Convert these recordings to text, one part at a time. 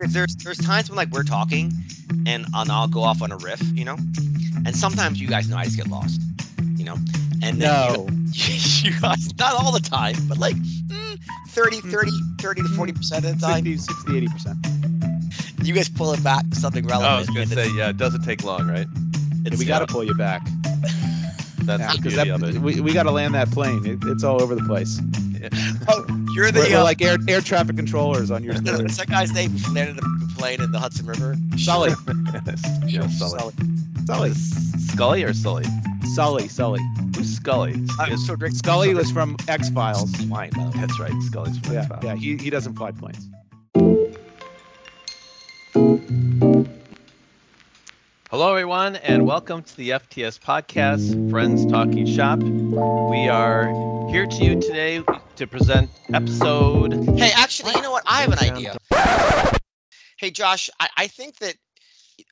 'Cause there's there's times when like we're talking, and and I'll go off on a riff, you know, and sometimes you guys know I just get lost, you know, and then you- No. you guys not all the time, but like mm, 30, 30, 30 to forty percent of the time, 60, 60 80%. you guys pull it back to something Oh, I was relevant. gonna and say, yeah, it doesn't take long, right? it's- Yeah, we got to pull you back. uh, That's now, the 'cause beauty that- of it. we, we got to land that plane. It, it's all over the place. Oh, you're the We're, we're uh, like air, air traffic controllers on your what's that- story. what's that guy's name who landed the plane in the Hudson River? Sully. yeah, Sully. Sully. Scully or Sully? Sully. Sully. Who's Scully? I'm so great. Scully was from X Files. Flying though. That's right, Scully's from Yeah, X-Files. yeah. He, he doesn't fly planes. Hello, everyone, and welcome to the FTS podcast, Friends Talking Shop. We are here to you today to present episode. Hey, actually, you know what? I have an idea. Hey, Josh, I, I think that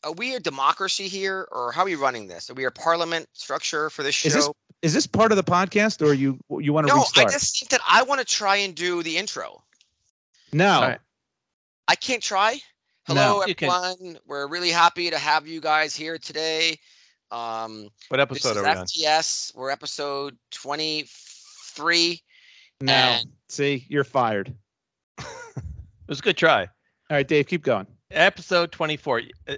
are we a democracy here, or how are we running this? Are we a parliament structure for this show? Is this- Is this part of the podcast, or you you want to no, I restart? just think that I want to try and do the intro. No. All right. I can't try. Hello, No, you can- everyone. We're really happy to have you guys here today. Um, What this episode is are we on? FTS. We're episode 23. No. And See, you're fired. It was a good try. All right, Dave, keep going. Episode 24. Uh,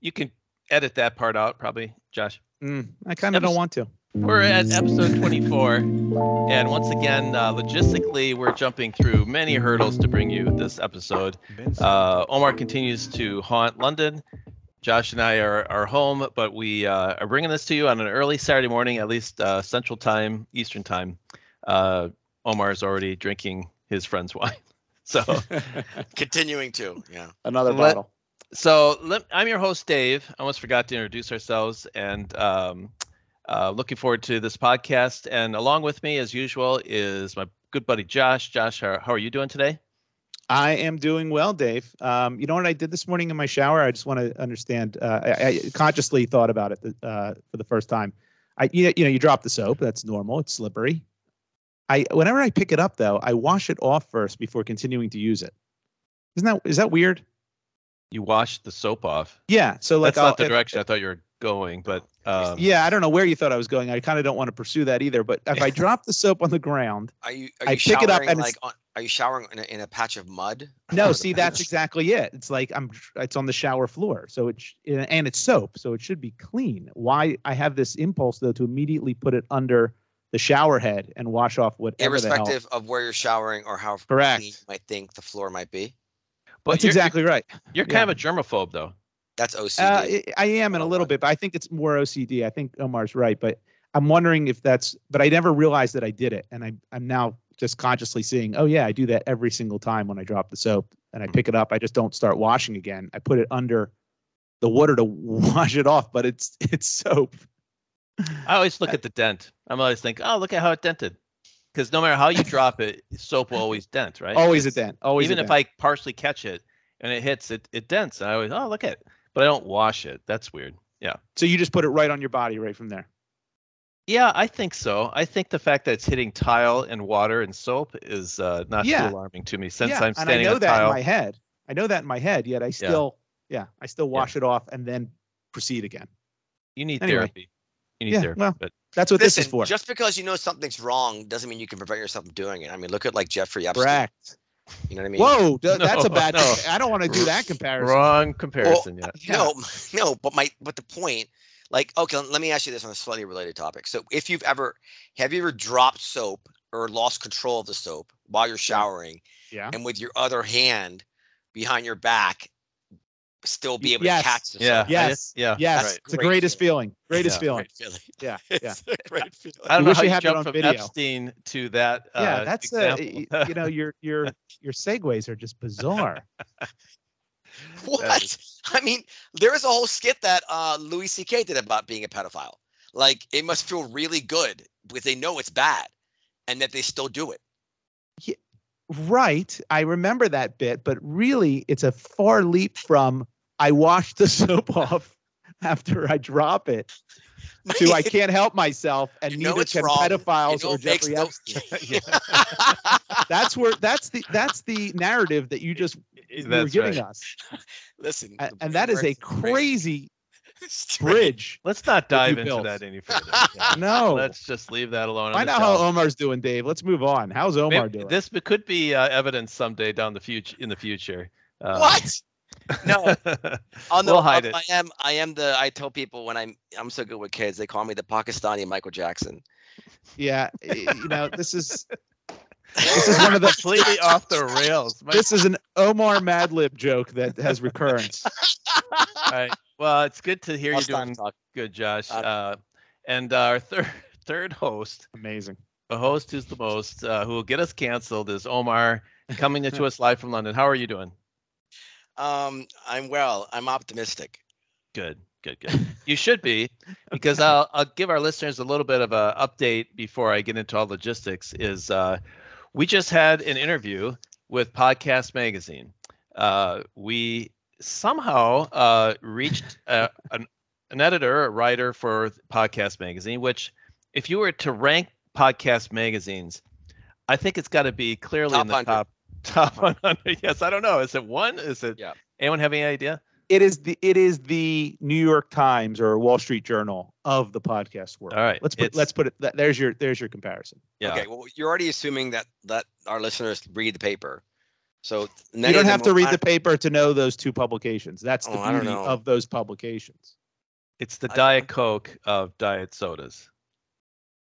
You can edit that part out, probably, Josh. Mm, I kind of don't Episode- want to. We're at episode 24, and once again, uh, logistically, we're jumping through many hurdles to bring you this episode. Uh, Omar continues to haunt London. Josh and I are, are home, but we uh, are bringing this to you on an early Saturday morning, at least uh, Central Time, Eastern Time. Uh, Omar is already drinking his friend's wine. So, continuing to, yeah. Another Let- bottle. so let, I'm your host, Dave. I almost forgot to introduce ourselves, and um, uh, looking forward to this podcast. And along with me, as usual, is my good buddy Josh. Josh, how, how are you doing today? I am doing well, Dave. Um, you know what I did this morning in my shower? I just want to understand. Uh, I, I consciously thought about it uh, for the first time. I, you know, you know, you drop the soap. That's normal. It's slippery. I, whenever I pick it up, though, I wash it off first before continuing to use it. Isn't that is that weird? You washed the soap off. Yeah. So like, That's not I'll- the direction I thought you were going, but um, yeah, I don't know where you thought I was going. I kind of don't want to pursue that either. But if I drop the soap on the ground, Are you, are I you pick it up showering and like it's- on, are you showering in a, in a patch of mud? no, Or see, the that's patch? exactly it. It's like I'm. It's on the shower floor, so it's and it's soap, so it should be clean. Why I have this impulse though to immediately put it under the shower head and wash off whatever the hell. irrespective of where you're showering or how Correct. clean you might think the floor might be. but that's you're, exactly right. You're kind of a germaphobe, though. That's OCD. Uh, I I am in a Oh, little my. bit, but I think it's more OCD. I think Omar's right, but I'm wondering if that's. But I never realized that I did it, and I, I'm now just consciously seeing. Oh yeah, I do that every single time when I drop the soap and I pick it up. I just don't start washing again. I put it under the water to wash it off, but it's it's soap. I always look at the dent. I'm always think, oh, look at how it dented, because no matter how you drop it, soap will always dent, right? Always a dent. Always. Even a if I partially catch it and it hits, it it dents. And I always, oh, look at it, but I don't wash it. That's weird. Yeah, So you just put it right on your body, right from there. yeah, I think so. I think the fact that it's hitting tile and water and soap is uh, not Yeah. too alarming to me, since yeah, I'm and I standing know on that tile. in my head. I know that in my head. Yet I still, yeah, I still wash it off and then proceed again. You need Anyway. therapy. You need Yeah, therapy. well, but That's what Listen, this is for. just because you know something's wrong doesn't mean you can prevent yourself from doing it. I mean, look at like Jeffrey Epstein. Correct. You know what I mean? Whoa, th- that's a No, bad. no. I don't want to do that comparison. wrong comparison. yeah. No, no, but my but the point, like, okay, let me ask you this on a slightly related topic. So, if you've ever have you ever dropped soap or lost control of the soap while you're showering, Yeah. and with your other hand behind your back, still be able Yes. to catch the Yeah. soap? Yes. just- yeah, Yes. right. It's the Great greatest feeling. Greatest Yeah. feeling. Feeling. Yeah. Yeah. It's a great feeling. I don't I know wish how we you had that jumped on from video. Epstein to that. Uh, yeah. That's uh, example. y- you know your your your segues are just bizarre. What? I mean, there is a whole skit that uh, Louis C.K. did about being a pedophile. Like, it must feel really good because they know it's bad, and that they still do it. right. I remember that bit, but really, it's a far leap from I wash the soap off after I drop it to I can't help myself, and You know neither it's can wrong. pedophiles You know or it makes Jeffrey no- Epstein. That's where that's the that's the narrative that you just you're That's giving right. us, Listen, and, the and that is a framework- crazy Straight- bridge. Let's not dive you into built. that any further. Yeah. No, Let's just leave that alone. find out how Omar's doing, Dave. Let's move on. How's Omar doing? This be- could be uh, evidence someday down the future. In the future. Uh, What? No, on the, We'll hide it. I am. I am the. I tell people when I'm. I'm so good with kids. They call me the Pakistani Michael Jackson. Yeah, y- you know this is this is one of the completely off the rails. My- this is an Omar Madlib joke that has recurrence. all right. Well, it's good to hear I'll you stop doing talking. good, Josh. Uh, Uh, and our third third host, Amazing. the host who's the most, uh, who will get us canceled, is Omar coming to us live from London. How are you doing? Um, I'm well. I'm optimistic. Good, good, good. You should be, because uh, I'll I'll give our listeners a little bit of a update before I get into all logistics. Is uh, we just had an interview with Podcast Magazine. Uh, we somehow uh, reached uh an an editor, a writer for Podcast Magazine. Which, if you were to rank podcast magazines, I think it's got to be clearly Top in the 100. top top 100. Yes, I don't know. Is it one? Is it? Yeah. Anyone have any idea? It is the it is the New York Times or Wall Street Journal of the podcast world. All right, Let's put it's- let's put it. that- There's your there's your comparison. Yeah. Okay. Well, you're already assuming that that our listeners read the paper. So You don't have to read the paper to know those two publications. That's the Oh, I don't beauty know. of those publications. It's the I- Diet Coke of diet sodas.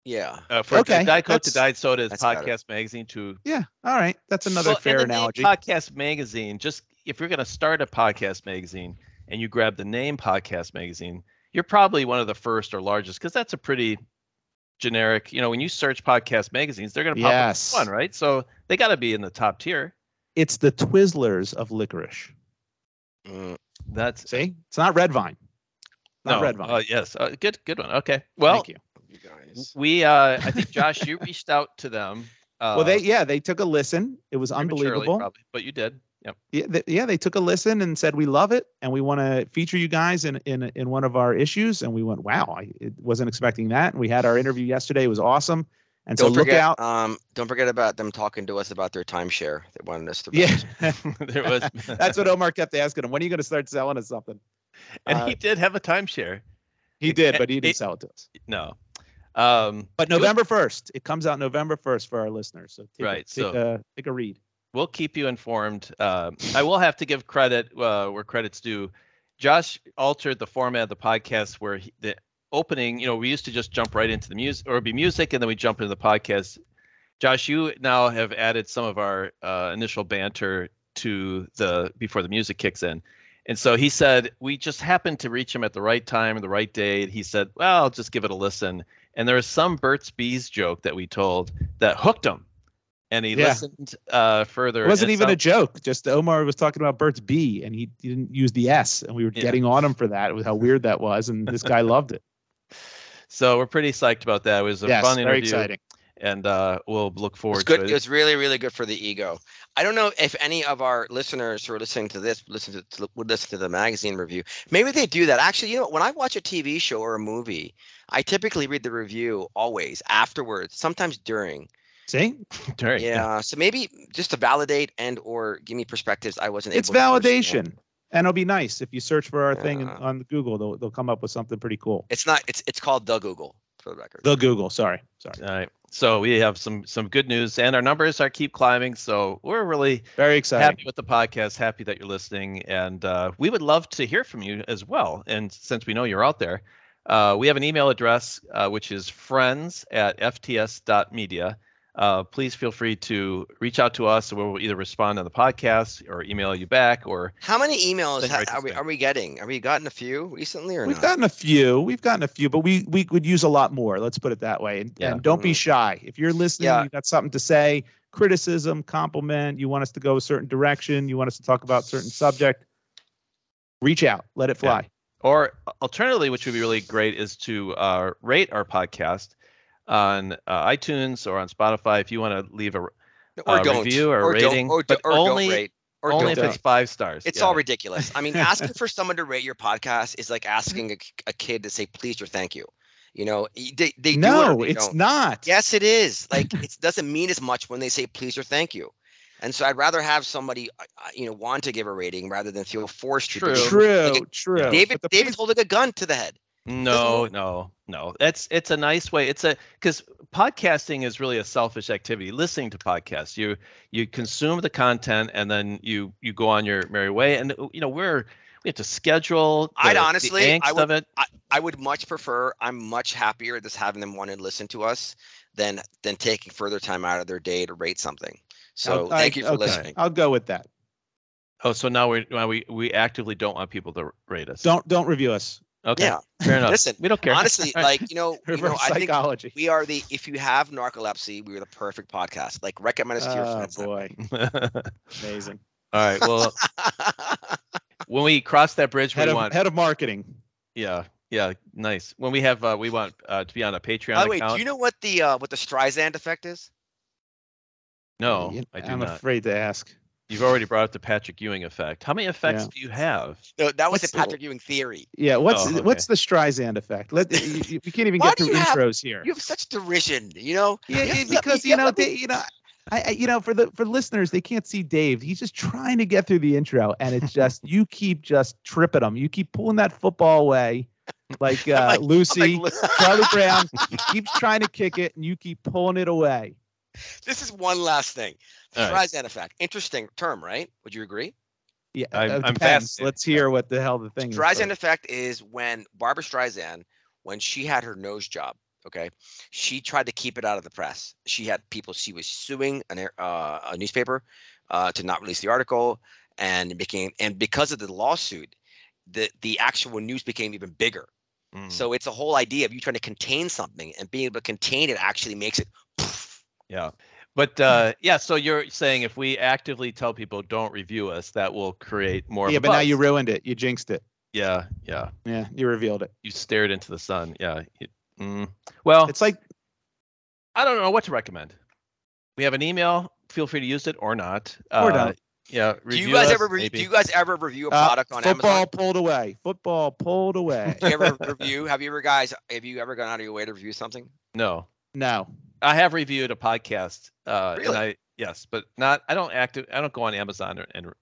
Yeah. Uh, for Okay, Diet Coke to that's- Diet Soda is that's better. podcast magazine to Yeah. All right. That's another Well, and fair the name analogy. Podcast magazine. Just if you're going to start a podcast magazine and you grab the name podcast magazine, you're probably one of the first or largest because that's a pretty generic. You know, when you search podcast magazines, they're going to pop Yes. up with one, right? So they got to be in the top tier. It's the Twizzlers of licorice. Mm. That's See, it's not Red Vine. Not no. Red Vine. Uh, yes, uh, good, good one. Okay, well, Thank you. You guys. we. Uh, I think Josh, you reached out to them. Uh, well, they yeah they took a listen. It was prematurely, unbelievable. probably, but you did. Yep. yeah, th- yeah, they took a listen and said we love it and we want to feature you guys in in in one of our issues. And we went, wow, I it wasn't expecting that. And we had our interview yesterday; it was awesome. And so Don't look forget. out, Um. Don't forget about them talking to us about their timeshare. They wanted us to. yeah, there was. that's what Omar kept asking him. When are you going to start selling us something? and uh, he did have a timeshare. He did, but he didn't It- sell it to us. No. Um, But you- November first, it comes out November first for our listeners. So take, a- Right, take so- a take a read. we'll keep you informed. Uh, I will have to give credit uh, where credit's due. Josh altered the format of the podcast where he, the opening, you know, we used to just jump right into the music or it'd be music and then we jump into the podcast. Josh, you now have added some of our uh, initial banter to the before the music kicks in. And so he said, we just happened to reach him at the right time, the right day. And he said, well, I'll just give it a listen. And there was some Burt's Bees joke that we told that hooked him. And he Yeah. listened uh, further. It wasn't and even a sound- joke. Just Omar was talking about Bert's B, and he didn't use the S, and we were Yeah. getting on him for that. With how weird that was, and this guy loved it. So we're pretty psyched about that. It was a yes, fun very interview. exciting. And uh, we'll look It forward was good. to It it. was really, really good for the ego. I don't know if any of our listeners who are listening to this listen to, to would listen to the magazine review. Maybe they do that. Actually, you know, when I watch a TV show or a movie, I typically read the review always afterwards, sometimes during. See, Terry, Yeah. So maybe just to validate and or give me perspectives I wasn't it's able. to understand. validation, and it'll be nice if you search for our thing in- Yeah. on Google. They'll they'll come up with something pretty cool. It's not. It's it's called the Google for the record. The Google, sorry, sorry, All right. So we have some some good news, and our numbers are keep climbing. So we're really very exciting. happy with the podcast. Happy that you're listening, and uh, we would love to hear from you as well. And since we know you're out there, uh, we have an email address uh, which is friends at fts.media. Uh, please feel free to reach out to us. We'll either respond on the podcast or email you back. Or How many emails Think ha- right this are we way. are we getting? Are we gotten a few recently or We've not? gotten a few, we've gotten a few, but we we would use a lot more. Let's put it that way. And, Yeah. and don't be Mhm. shy. If you're listening, Yeah. you got something to say, criticism, compliment. You want us to go a certain direction. You want us to talk about a certain subject. Reach out. Let it fly. Or uh, alternatively, which would be really great, is to uh, rate our podcast on uh, iTunes or on Spotify. If you want to leave a or uh, don't review or don't- rating, or, do- but or don't only- rate, or only don't if rate. it's five stars. It's yeah. all ridiculous. I mean, asking for someone to rate your podcast is like asking a, a kid to say please or thank you. You know, y- they they do it or no, they it's don't. not. Yes, it is. Like it doesn't mean as much when they say please or thank you. And so I'd rather have somebody, uh, uh, you know, want to give a rating rather than feel forced to. True. because True, Like it- true. David, But the David's holding a gun to the head. No, no, no. That's it's a nice way. It's a because podcasting is really a selfish activity. Listening to podcasts, you you consume the content and then you you go on your merry way. And uh, you know we're we have to schedule. The, I'd the honestly- angst I would- of it. I would much prefer. I'm much happier just having them want to listen to us than than taking further time out of their day to rate something. So I- thank you for okay, listening. I'll go with that. Oh, so now we now we we actively don't want people to rate us. Don't don't review us. Okay. Yeah. Fair enough. Listen, we don't care. Honestly, All right. like you know, you Reverse know, I think psychology. we are the. If you have narcolepsy, we are the perfect podcast. Like recommend us to your oh friends. boy, All amazing. right. Well, when we cross that bridge, Head we of, want. head of marketing. Yeah. Yeah. Nice. When we have, uh, we want uh, to be on a Patreon By the way, account. do you know what the uh, what the Streisand effect is? no, You- I do I'm not. afraid to ask. You've already brought up the Patrick Ewing effect. How many effects do you have? No, that was What's the the- Patrick Ewing theory. Yeah, what's Oh, what's the Streisand effect? Let, you, you- we can't even Why get do through you have- intros here. You have such derision, you know. Yeah, Yeah, yeah, let me- because yeah, you know, let me- they, you know, I, I, you know, for the for listeners, they can't see Dave. He's just trying to get through the intro, and it's just you keep just tripping him. You keep pulling that football away, like uh, like- Lucy, Like, Charlie Brown keeps trying to kick it, and you keep pulling it away. this is one last thing. The All right. Streisand effect, interesting term, right? Would you agree? Yeah, I'm- it I'm depends. fascinated. Let's hear what the hell the thing is. Streisand first. effect is when Barbara Streisand, when she had her nose job, okay, she tried to keep it out of the press. She had people she was suing an air- uh, a newspaper uh, to not release the article, and it became and because of the lawsuit, the the actual news became even bigger. Mm, So it's a whole idea of you trying to contain something and being able to contain it actually makes it. poof. yeah. But uh, yeah, so you're saying if we actively tell people don't review us, that will create more. of Yeah, a but now buzz. you ruined it. You jinxed it. Yeah. Yeah. Yeah, you revealed it. You stared into the sun. Yeah. you- mm. Oh, Well, It's like I don't know what to recommend. We have an email. Feel free to use it or not. Or Uh, don't. Yeah. Do you review guys us, ever re- maybe. do you guys ever review a Uh, product on football Amazon? pulled away. Football pulled away. Do you ever review? Have you ever guys? Have you ever gone out of your way to review something? no. no. I have reviewed a podcast. Uh, Really? And I, yes, but not. I don't active. I don't go on Amazon and, and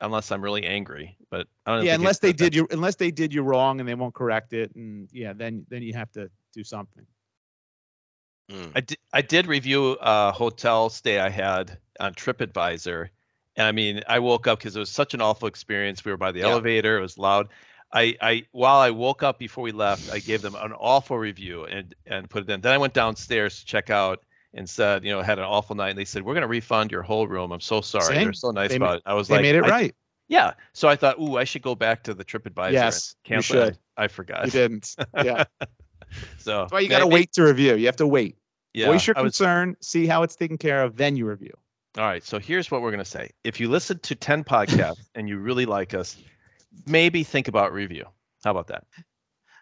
unless I'm really angry. But I don't Yeah, think unless it's they that bad. did you unless they did you wrong and they won't correct it and yeah, then then you have to do something. Mm. I did. I did review a hotel stay I had on TripAdvisor, and I mean, I woke up because it was such an awful experience. We were by the Yeah. elevator; it was loud. I, I, while I woke up before we left, I gave them an awful review and and put it in. Then I went downstairs to check out and said, you know, had an awful night. And they said, we're going to refund your whole room. I'm so sorry. See? They're so nice They ma- about it. I was They like, made it I- right. Yeah. So I thought, ooh, I should go back to the TripAdvisor. and Yes, you cancel it. should. I forgot. You didn't. Yeah. That's So that's why you gotta wait to review. You have to wait. Yeah, Voice your I was- concern, see how it's taken care of, then you review. All right. So here's what we're going to say. If you listen to 10 podcasts and you really like us, maybe think about review. How about that?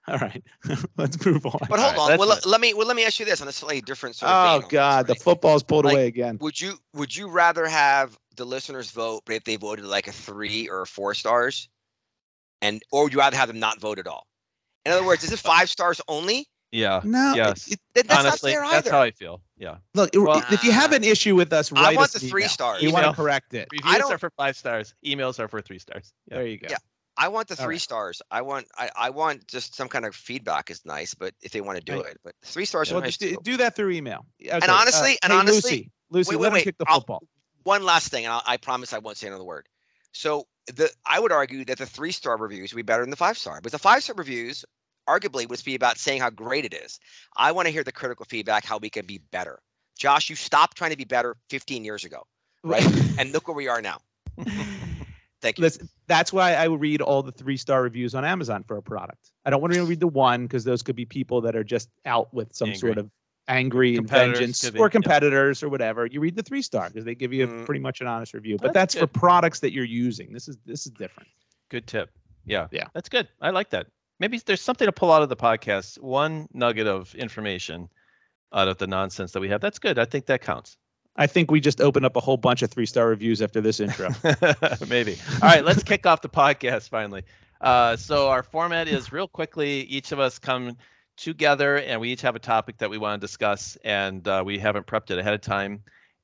All right. Let's move on. But All hold right, on. that's Well, it. let, let me well, let me ask you this on a slightly different sort of. vein Oh on this, God, the right? football's pulled Like- away again. would you would you rather have the listeners vote, but if they voted like a three or a four stars, and or would you rather have them not vote at all? In other words, is it five stars only? Yeah. No, it- yes. it- That- that's Honestly, not fair that's either. how I feel. Yeah. look, it- Well- if you have an issue with us, I write want us the an three email. stars. We want Email. to correct it. Reviews don't- are for five stars. Emails are for three stars. Yeah. There you go. Yeah. I want the All three right. stars. I want I, I want just some kind of feedback is nice, but if they want to do Right. it, but three stars Well, are nice. just do, too. do that through email. Okay, uh, honestly- and hey, honestly- Lucy, Lucy, wait, let wait, him wait, kick the I'll- football. One last thing, and I'll, I promise I won't say another word. So the I would argue that the three star reviews would be better than the five star, but the five star reviews arguably would be about saying how great it is. I want to hear the critical feedback, how we can be better. Josh, you stopped trying to be better 15 years ago, right? and look where we are now. Thank you. Listen, that's why I would read all the three star reviews on Amazon for a product. I don't want to read the one because those could be people that are just out with some Angry. sort of angry and Competitors vengeance could be, yeah. or competitors or whatever. You read the three star because they give you Mm. pretty much an honest review. But That's that's, for products that you're using. This is this is different. Good tip. Yeah. Yeah. That's good. I like that. Maybe there's something to pull out of the podcast, one nugget of information out of the nonsense that we have. That's good. I think that counts. I think we just opened up a whole bunch of three star reviews after this intro. Maybe. All right, let's kick off the podcast finally. Uh, so our format is real quickly. Each of us come together, and we each have a topic that we want to discuss, and uh, we haven't prepped it ahead of time.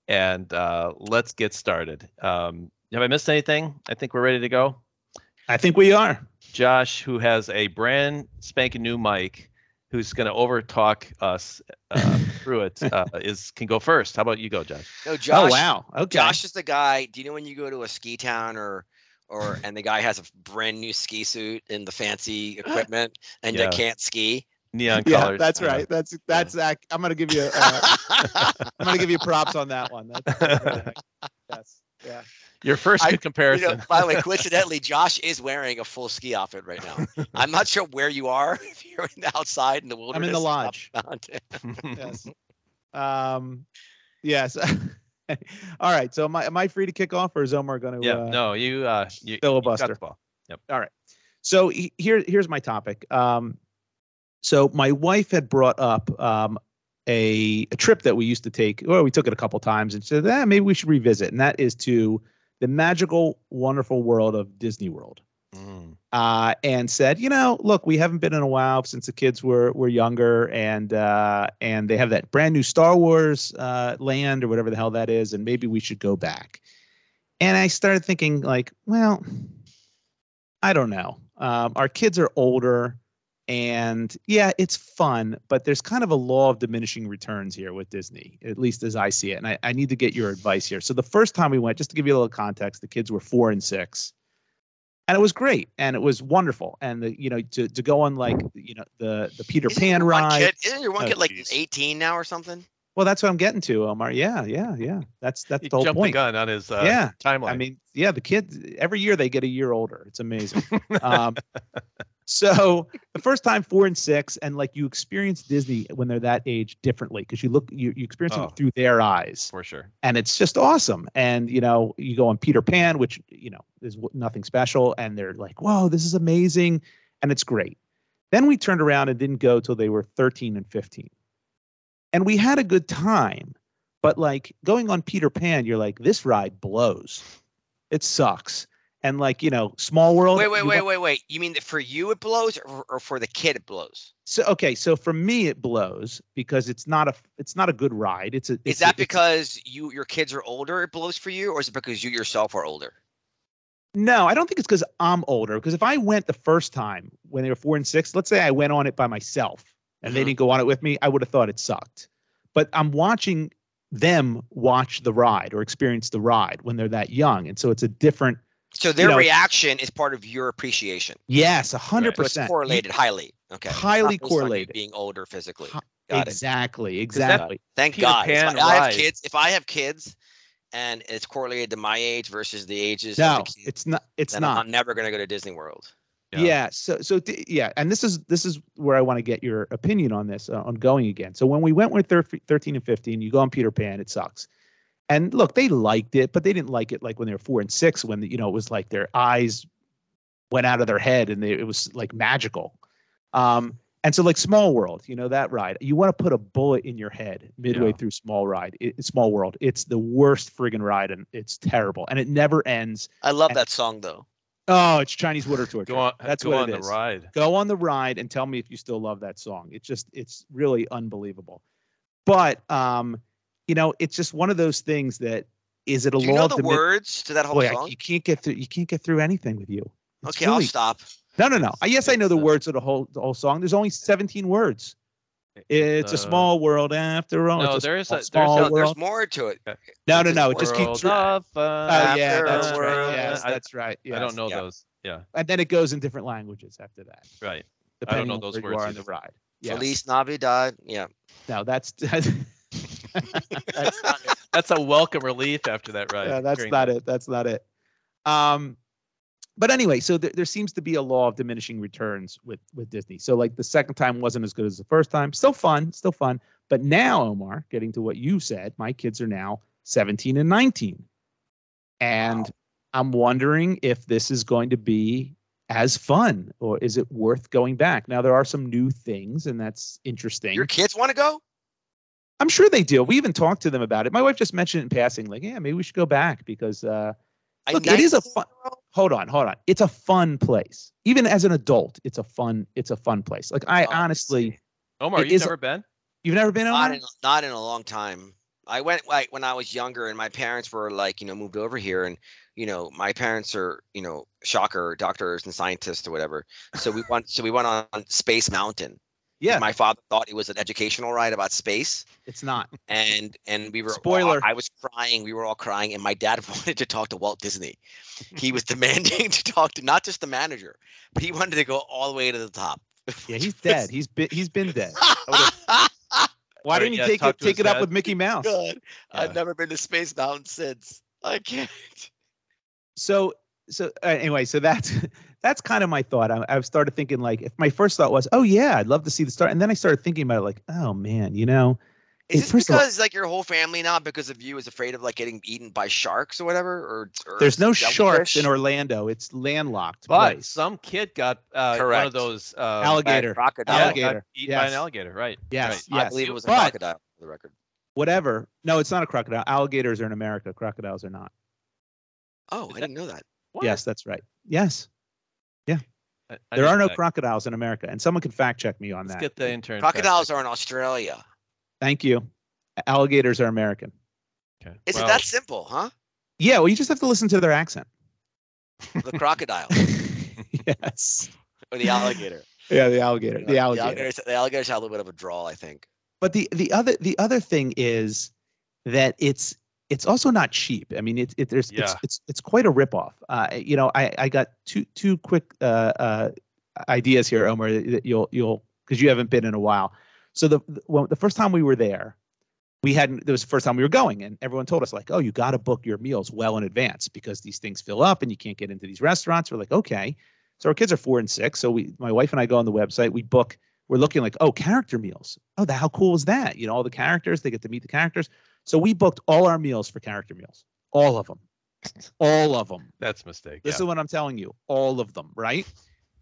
and uh, let's get started. Um, have I missed anything? I think we're ready to go. I think we are. Oh, Josh, who has a brand spanking new mic, who's going to overtalk us uh, through it, uh, is can go first. How about you go, Josh? No, Josh. oh wow. Okay. Josh is the guy. Do you know when you go to a ski town or or and the guy has a brand new ski suit and the fancy equipment and Yeah. you can't ski? Neon yeah, colors. that's Uh, right. That's that's Zach. I'm gonna give you. Uh, I'm gonna give you props on that one. That's, yes. Yeah. Your first I- good You comparison. know, by the way, coincidentally, Josh is wearing a full ski outfit right now. I'm not sure where you are. If you're in the outside in the I'm wilderness, in the up lodge. mountain. Yes. Um. Yes. All right. So am I am I free to kick off, or is Omar gonna? yeah. Uh, no, you. Uh, you you got Filibuster. the ball. So he- here, here's my topic. Um, so my wife had brought up um, a, a trip that we used to take. Well, we took it a couple times, and she said, "Ah, maybe we should revisit." And that is to the magical, wonderful world of Disney World. Mm. Uh, and said, you know, look, we haven't been in a while since the kids were were younger, and uh, and they have that brand new Star Wars uh, land or whatever the hell that is, and maybe we should go back. And I started thinking, like, well, I don't know. Um, our kids are older, and yeah, it's fun, but there's kind of a law of diminishing returns here with Disney, at least as I see it. And I, I need to get your advice here. So the first time we went, just to give you a little context, the kids were four and six, and it was great, and it was wonderful. And the you know to to go on like you know the the Peter Isn't Pan your one ride. kid- isn't your one Oh, kid like geez. 18 now or something? Well, that's what I'm getting to, Omar. Yeah, yeah, yeah. That's that's He the whole jumped the point. gun on his uh, Yeah, timeline. I mean, yeah, the kids every year they get a year older. It's amazing. um, so the first time four and six, and like you experience Disney when they're that age differently because you look you, you experience Oh. it through their eyes, for sure. and it's just awesome. And you know, you go on Peter Pan, which you know is w- nothing special, and they're like, "Whoa, this is amazing," and it's great. Then we turned around and didn't go till they were thirteen and fifteen, and we had a good time. But like going on Peter Pan, you're like, "This ride blows. It sucks." And like you know, Small World. Wait, wait, you wait, went- wait, wait. You mean that for you it blows, or, or for the kid it blows? So okay, so for me it blows because it's not a it's not a good ride. It's a Is it's a- that it's a- because you your kids are older it blows for you, or is it because you yourself are older? No, I don't think it's because I'm older. Because if I went the first time when they were four and six, let's say I went on it by myself and they Mhm. didn't go on it with me, I would have thought it sucked. But I'm watching them watch the ride or experience the ride when they're that young, and so it's a different. So their know- reaction is part of your appreciation. Yes, So hundred it's percent correlated highly. Okay. It's not Highly based on you correlated. Being older physically. Hi- Got it. Exactly, that- exactly. Thank Peter God. If Pan I, I have rides. kids. If I have kids, and it's correlated to my age versus the ages. of No, the kids, it's not. It's then not. I'm never gonna go to Disney World. Yeah. Yeah. so so d- yeah, and this is this is where I want to get your opinion on this uh, on going again. So when we went with thir- 13 and 15, you go on Peter Pan, it sucks. And look, they liked it, but they didn't like it like when they were 4 and 6 when you know it was like their eyes went out of their head and they, it was like magical. Um and so like Small World, you know that ride. You want to put a bullet in your head midway Yeah. through Small Ride, it, Small World. It's the worst friggin' ride and it's terrible and it never ends. I love And- that song though. Oh, it's Chinese water torture. Go on. That's go what on it the is ride. go on the ride and tell me if you still love that song. It's just it's really unbelievable. But um, you know, it's just one of those things that is it a Do you law know of the dimin- words to that whole Boy, I- song? you can't get through you can't get through anything with you. It's Okay, I'll really- stop. No, no, no. It's- I yes, I know it's, the uh, words of the whole the whole song. There's only 17 words. It's uh, a small world after all. no, It's there is small- a- there's small a- No, there's world. more to it. No, no, there's no. a It just World keeps. Oh of, uh, yeah, after that's a right. world. Yes, I, that's right. I yes, don't know yeah. those. Yeah, And then it goes in different languages after that, right. I don't depending know on those where you words are on the either. ride. Yeah. Feliz Navidad. Yeah. No, that's that's not it. That's a welcome relief after that ride. Yeah, that's hearing not that. it. That's not it. Um, but anyway, so there, there seems to be a law of diminishing returns with with Disney. So like the second time wasn't as good as the first time. Still fun, still fun. But now, Omar, getting to what you said, my kids are now 17 and 19. And I'm wondering if this is going to be as fun or is it worth going back? Now there are some new things and that's interesting. Your kids want to go? I'm sure they do. We even talked to them about it. My wife just mentioned it in passing, like, yeah, maybe we should go back because uh, I Look, it is a 19 fun- hold on, hold on. It's a fun place. Even as an adult, it's a fun, it's a fun place. Like I Oh, I honestly, see. Omar, it you've is a- never been? you've never been Not on. in, not in a long time. I went like when I was younger, and my parents were like, you know, moved over here, and you know, my parents are, you know, shocker doctors and scientists or whatever. So we went, so we went on Space Mountain. Yeah, My father thought it was an educational ride about space, it's not. and and we were Spoiler. I, was crying. We were all crying, and my dad wanted to talk to Walt Disney. He was demanding to talk to not just the manager, but he wanted to go all the way to the top. Yeah, he's dead. He's been he's been dead. Why Or, didn't you yeah, take talk it to his take it up dad. with Mickey Mouse? God, I've Yeah. never been to Space Mountain since. I can't. so so uh, anyway so that's that's kind of my thought I, i've started thinking like if my first thought was oh yeah i'd love to see the star and then i started thinking about it like oh man you know Hey, Is this first of all- because like your whole family now, because of you, is afraid of like getting eaten by sharks or whatever? Or, or there's no jellyfish? sharks in orlando it's landlocked But place. some kid got uh, one Correct. of those uh, alligator crocodile. yeah, got Alligator, eaten by yes. an alligator, right? yes I yes believe it was a But- crocodile for the record. whatever no it's not a crocodile alligators are in america crocodiles are not Oh, I didn't know that. What? yes that's right yes I- I there are didn't no know. crocodiles in america and someone can fact check me on Let's that get the intern. fact Crocodiles check. are in Australia. thank you alligators are american Okay. Is Well, it that simple, huh? yeah well you just have to listen to their accent The crocodile yes or the alligator. yeah the alligator The the alligator alligators, the alligators have a little bit of a drawl, I think. but the the other the other thing is that it's it's also not cheap. I mean, it, it there's it's, Yeah. it's it's quite a ripoff. Uh, you know, I I got two two quick uh, uh, ideas here, Omer. That you'll you'll because you haven't been in a while. So the the- well, the first time we were there, we hadn't. It was the first time we were going, and everyone told us like, oh, you got to book your meals well in advance because these things fill up and you can't get into these restaurants. We're like, okay. So our kids are four and six. So we, my wife and I, go on the website. We book we're looking like, oh, character meals. Oh, that, how cool is that? You know, all the characters, they get to meet the characters. So we booked all our meals for character meals, all of them, all of them. That's a mistake. This yeah. is what I'm telling you, all of them, right?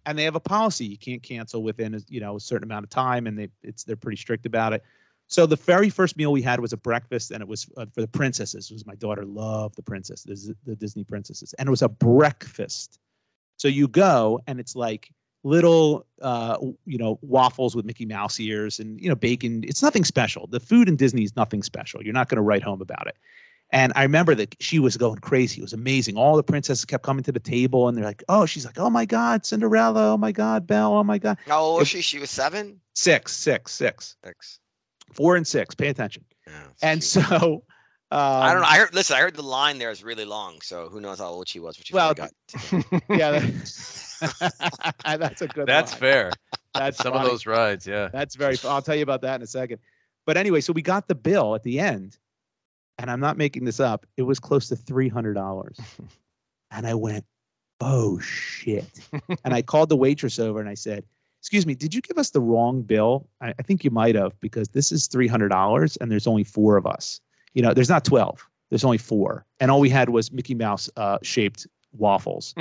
And they have a policy you can't cancel within a, you know a certain amount of time, and they it's they're pretty strict about it. So the very first meal we had was a breakfast, and it was uh, for the princesses. It was my daughter loved the princess, the, Z- the Disney princesses, and it was a breakfast. So you go, and it's like little uh, w- you know waffles with Mickey Mouse ears, and you know bacon. It's nothing special. The food in Disney is nothing special. You're not going to write home about it. And I remember that she was going crazy. It was amazing. All the princesses kept coming to the table, and they're like, "Oh, she's like, oh my god, Cinderella, oh my god, Belle, oh my god." How old was If- she? She was seven? Six, six, six, Six. four, and six. Pay attention. Yeah, that's And cute. so, um, I don't know. I heard listen, I heard the line there is really long, so who knows how old she was when she Well, finally got Yeah, that- that's a good. That's line. fair. That's Some funny. of those rides, yeah. That's very. I'll tell you about that in a second. But anyway, so we got the bill at the end, and I'm not making this up. It was close to three hundred dollars, and I went, "Oh shit!" and I called the waitress over and I said, "Excuse me, did you give us the wrong bill? I, I think you might have because this is three hundred dollars, and there's only four of us. You know, there's not twelve. There's only four, and all we had was Mickey Mouse uh, shaped waffles."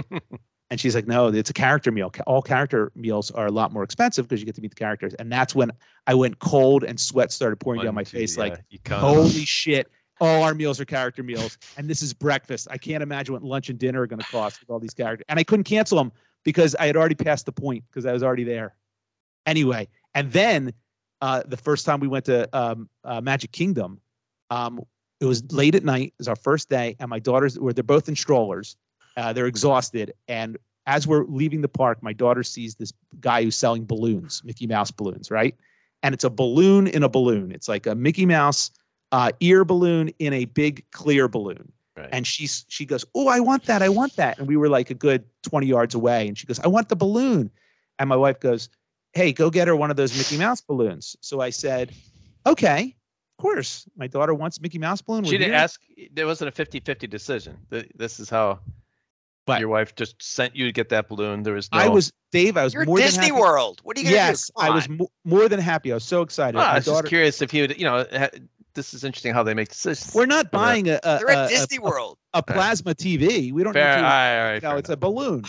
And she's like, no, it's a character meal. Ca- All character meals are a lot more expensive because you get to meet the characters. And that's when I went cold and sweat started pouring down One, my two, face. yeah, Like, you can't- holy shit, all our meals are character meals. And this is breakfast. I can't imagine what lunch and dinner are going to cost with all these characters. And I couldn't cancel them because I had already passed the point because I was already there. Anyway, and then uh, the first time we went to um, uh, Magic Kingdom, um, it was late at night. It was our first day, and my daughters were they're both in strollers. Uh, they're exhausted, and as we're leaving the park, my daughter sees this guy who's selling balloons, Mickey Mouse balloons, right? And it's a balloon in a balloon. It's like a Mickey Mouse uh, ear balloon in a big clear balloon. Right. And she's she goes, "Oh, I want that! I want that!" And we were like a good twenty yards away, and she goes, "I want the balloon." And my wife goes, "Hey, go get her one of those Mickey Mouse balloons." So I said, "Okay." Of course, my daughter wants a Mickey Mouse balloon. She We're didn't here." ask. There wasn't a 50-50 decision. Th- This is how But- your wife just sent you to get that balloon. There was no. I was Dave. I was You're more than Disney happy. World. What are you gonna Yes, do? Come I was on. mo- more than happy. I was so excited. Ah, I my was just daughter. curious if he would. You know, ha- this is interesting how they make decisions. We're not They're buying a a, They're at a- Disney a- World. a plasma TV. We don't fair. need All to right, all right, no, fair it's enough. a balloon.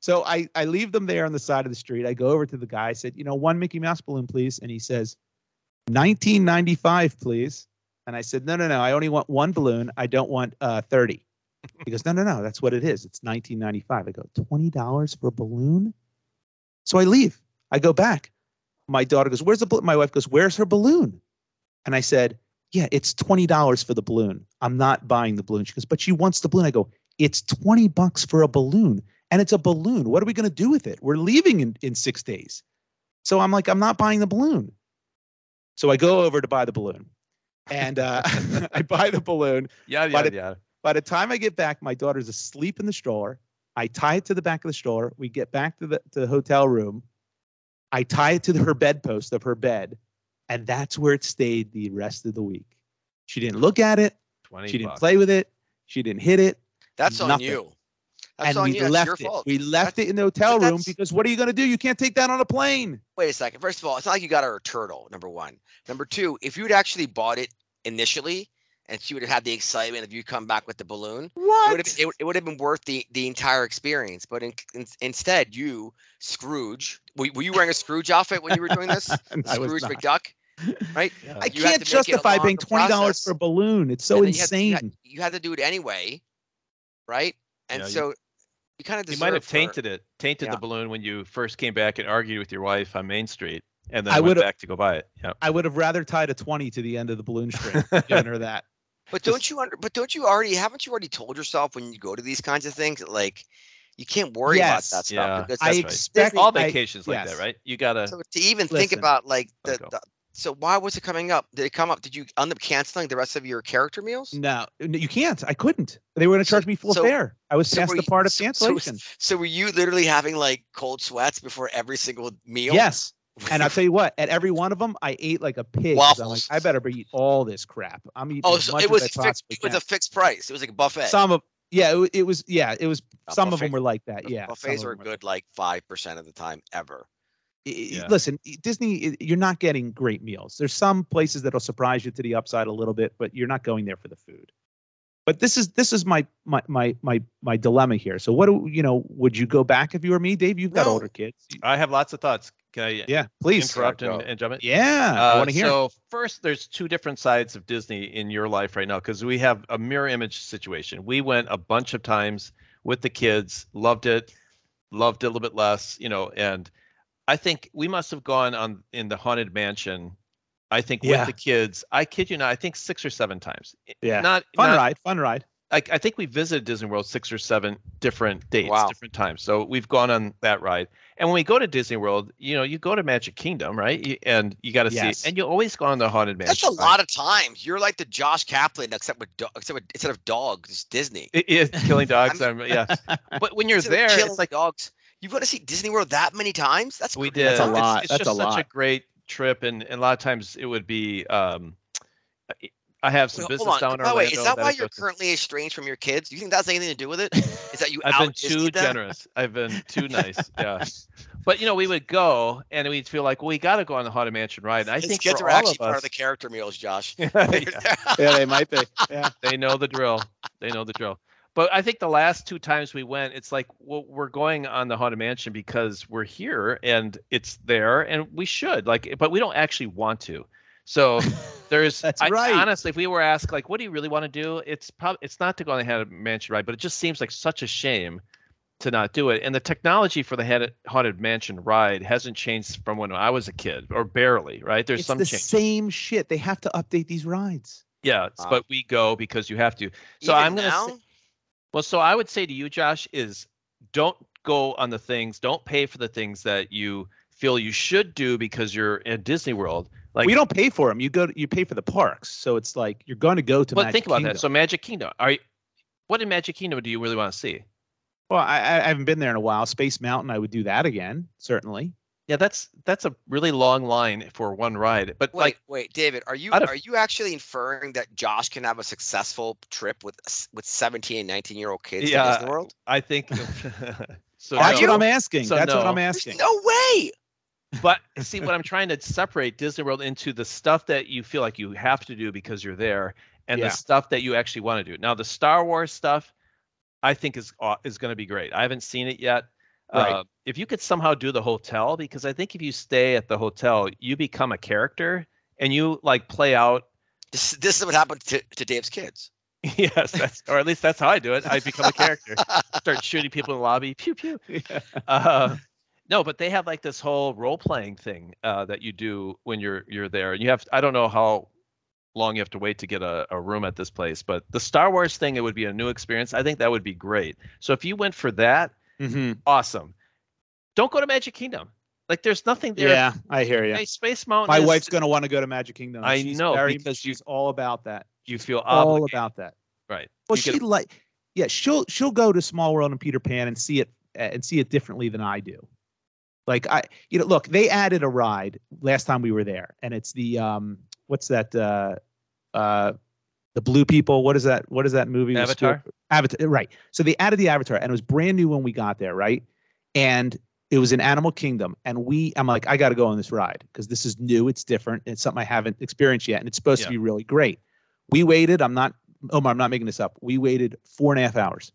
So I, I leave them there on the side of the street. I go over to the guy. I said, you know, one Mickey Mouse balloon, please. And he says, 1995, please. And I said, no, no, no. I only want one balloon. I don't want uh, 30. He goes, no, no, no. That's what it is. It's 1995. I go, $20 for a balloon? So I leave. I go back. My daughter goes, where's the balloon? My wife goes, where's her balloon? And I said, yeah, it's twenty dollars for the balloon. I'm not buying the balloon. She goes, but she wants the balloon. I go, it's twenty bucks for a balloon, and it's a balloon. What are we going to do with it? We're leaving in, in six days. So I'm like, I'm not buying the balloon. So I go over to buy the balloon, and uh, I buy the balloon. Yeah, But yeah, it- yeah. By the time I get back, my daughter's asleep in the stroller. I tie it to the back of the stroller. We get back to the, to the hotel room. I tie it to the- her bedpost of her bed, and that's where it stayed the rest of the week. She didn't look at it. Twenty. She didn't bucks. play with it. She didn't hit it. That's on Nothing. you. That's and on we you. left that's it. your fault. We left That's- it in the hotel but room that's- because what are you going to do? You can't take that on a plane. Wait a second. First of all, it's not like you got her a turtle, number one. Number two, if you'd actually bought it initially and she would have had the excitement of you come back with the balloon, it would What? have, it, would- it would have been worth the, the entire experience. But in, in, instead, you, Scrooge, were, were you wearing a Scrooge outfit when you were doing this? I, was Scrooge not. McDuck? Yeah. I you have to can't make it a justify paying longer twenty dollars process. for a balloon. It's so And then you had- insane. You had, you had to do it anyway, right? And Yeah, you- so you, kind of you might have tainted it, tainted Yeah. the balloon when you first came back and argued with your wife on Main Street, and then I I went would've- back to go buy it. Yeah. I would have rather tied a twenty to the end of the balloon string, given her that. But Just- don't you under? But don't you already? Haven't you already told yourself when you go to these kinds of things that like you can't worry Yes. about that stuff? Yeah. because I that's- expect All I- vacations like yes. that, right? You gotta. so to even think Listen. about like the, Let go. the- so why was it coming up? Did it come up? Did you end up canceling the rest of your character meals? No, no, you can't. I couldn't. They were going to So- charge me full so- fare. I was so past were the you- part of so- so- cancellation. So were you literally having like cold sweats before every single meal? yes, and I'll tell you what. At every one of them, I ate like a pig. 'cause I'm like, Waffles. I better eat all this crap. I'm eating oh, as so much it was as I fixed, possibly it was a can. fixed price. It was like a buffet. Some of yeah, it, wa- it was yeah, it was. A some of buffet. them were like that. Yeah, some buffets of are a them were- good like five percent of the time ever. I- I- Yeah. Listen, i- Disney, i- you're not getting great meals. There's some places that'll surprise you to the upside a little bit, but you're not going there for the food. But this is this is my my my my my dilemma here. So what do you know? Would you go back if you were me, Dave? You've got No. older kids. I have lots of thoughts. Can I Yeah, please. interrupt Go. and, and jump in? Yeah, I Uh, want to hear. So first, there's two different sides of Disney in your life right now because we have a mirror image situation. We went a bunch of times with the kids, loved it, loved it a little bit less, you know. And I think we must have gone on in the haunted mansion. I think Yeah. with the kids. I kid you not. I think six or seven times. yeah, Not fun not, ride, fun ride. I, I think we visited Disney World six or seven different dates, Wow. different times. So we've gone on that ride. And when we go to Disney World, you know, you go to Magic Kingdom, right? You, and you got to Yes. see, and you always go on the Haunted Mansion. That's a lot of times. You're like the Josh Kaplan, except with do- except with, instead of dogs, it's Disney. It is killing dogs. I'm, yeah. But when you're Instead of there, killing it's like dogs. oh, You've got to see Disney World that many times. That's we crazy. did. That's a It's- lot. It's, That's just a such a lot. great trip, and, and a lot of times it would be. Um, I have some Wait, business hold on. down in By the way, is Orlando that why I you're go to. currently estranged from your kids? Do you think that's anything to do with it? Is that you I've out been too Disneyed them? generous. I've been too nice. Yeah. But you know, we would go and we'd feel like, well, we got to go on the Haunted Mansion ride. And I His think kids for are all actually of part us, of the character meals, Josh. Yeah, Yeah, they might be. Yeah, they know the drill. They know the drill. But I think the last two times we went, it's like, well, we're going on the Haunted Mansion because we're here and it's there and we should like, but we don't actually want to. So there's, That's I, right. honestly, if we were asked like, what do you really want to do? It's probably, it's not to go on the Haunted Mansion ride, but it just seems like such a shame to not do it. And the technology for the Haunted- Haunted Mansion ride hasn't changed from when I was a kid or barely, right? There's it's some the change. same shit. They have to update these rides. Yeah. Wow. But we go because you have to. So Even I'm gonna now? say- Well, so I would say to you, Josh, is don't go on the things, don't pay for the things that you feel you should do because you're in Disney World. Like we don't pay for them. You go. To, you pay for the parks, so it's like you're going to go to. But Magic think about Kingdom. that. So Magic Kingdom, are you, what in Magic Kingdom do you really want to see? Well, I, I I haven't been there in a while. Space Mountain, I would do that again, certainly. Yeah, that's that's a really long line for one ride. But Wait, like, wait, David, are you Out of- are you actually inferring that Josh can have a successful trip with s- with 17 and 19 year old kids Yeah, to Disney World? I think so. That's no. what I'm asking. So That's what no. I'm There's asking. no way. but see what i'm trying to separate disney world into the stuff that you feel like you have to do because you're there and Yeah. the stuff that you actually want to do now the star wars stuff i think is aw- is going to be great i haven't seen it yet Right. Um, Uh, if you could somehow do the hotel because i think if you stay at the hotel you become a character and you like play out This this is what happened to, to Dave's kids. yes that's or at least that's how i do it i become a character start shooting people in the lobby pew pew Yeah. uh, no, but they have like this whole role playing thing uh, that you do when you're you're there, and you have I don't know how long you have to wait to get a, a room at this place. But the Star Wars thing, it would be a new experience. I think that would be great. So if you went for that, Mm-hmm. awesome. Don't go to Magic Kingdom. Like there's nothing there. Yeah, I hear you. Hey, Space Mountain. My is- wife's going to want to go to Magic Kingdom. I She's know, very- because you- she's all about that. You feel all obligated. about that. Right. Well, You she get a- like yeah, she'll she'll go to Small World and Peter Pan and see it and see it differently than I do. Like I, you know, look, they added a ride last time we were there, and it's the um, what's that? Uh, uh, the Blue People. What is that? What is that movie? with Avatar? Spiel- Avatar. Right. So they added the Avatar, and it was brand new when we got there, right? And it was in Animal Kingdom, and we, I'm like, I got to go on this ride because this is new, it's different, and it's something I haven't experienced yet, and it's supposed Yeah. to be really great. We waited. I'm not Omar, I'm not making this up. We waited four and a half hours.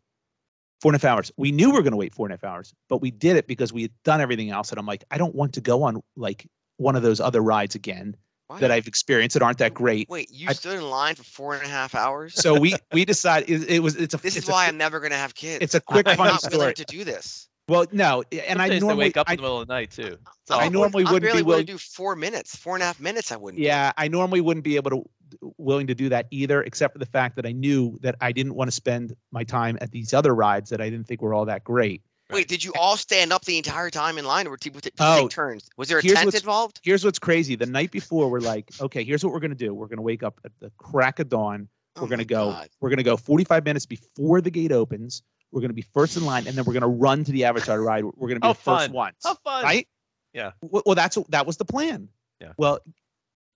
Four and a half hours. We knew we were going to wait four and a half hours, but we did it because we had done everything else. And I'm like, I don't want to go on like one of those other rides again Why? that I've experienced that aren't that great. Wait, you I- stood in line for four and a half hours. So we we decided it, it was it's a This it's is a, why I'm never gonna have kids. it's a quick I'm funny not willing story. to do this. Well, no, and I Sometimes they normally wake up I- in the middle of the night too. I I'm- normally I'm wouldn't be barely willing willing- to do four minutes, four and a half minutes. I wouldn't. do. Yeah, I normally wouldn't be able to willing to do that either, except for the fact that I knew that I didn't want to spend my time at these other rides that I didn't think were all that great. Wait, did you all stand up the entire time in line, or were people t- did you Oh, take turns? Was there a here's tent what's- involved? Here's what's crazy: the night before, we're like, okay, here's what we're gonna do. We're gonna wake up at the crack of dawn. Oh We're gonna my go. God. We're gonna go 45 minutes before the gate opens. We're gonna be first in line, and then we're gonna run to the Avatar ride. We're gonna be How the first fun. ones. How fun. right? Yeah. Well, well, that's that was the plan. Yeah. Well,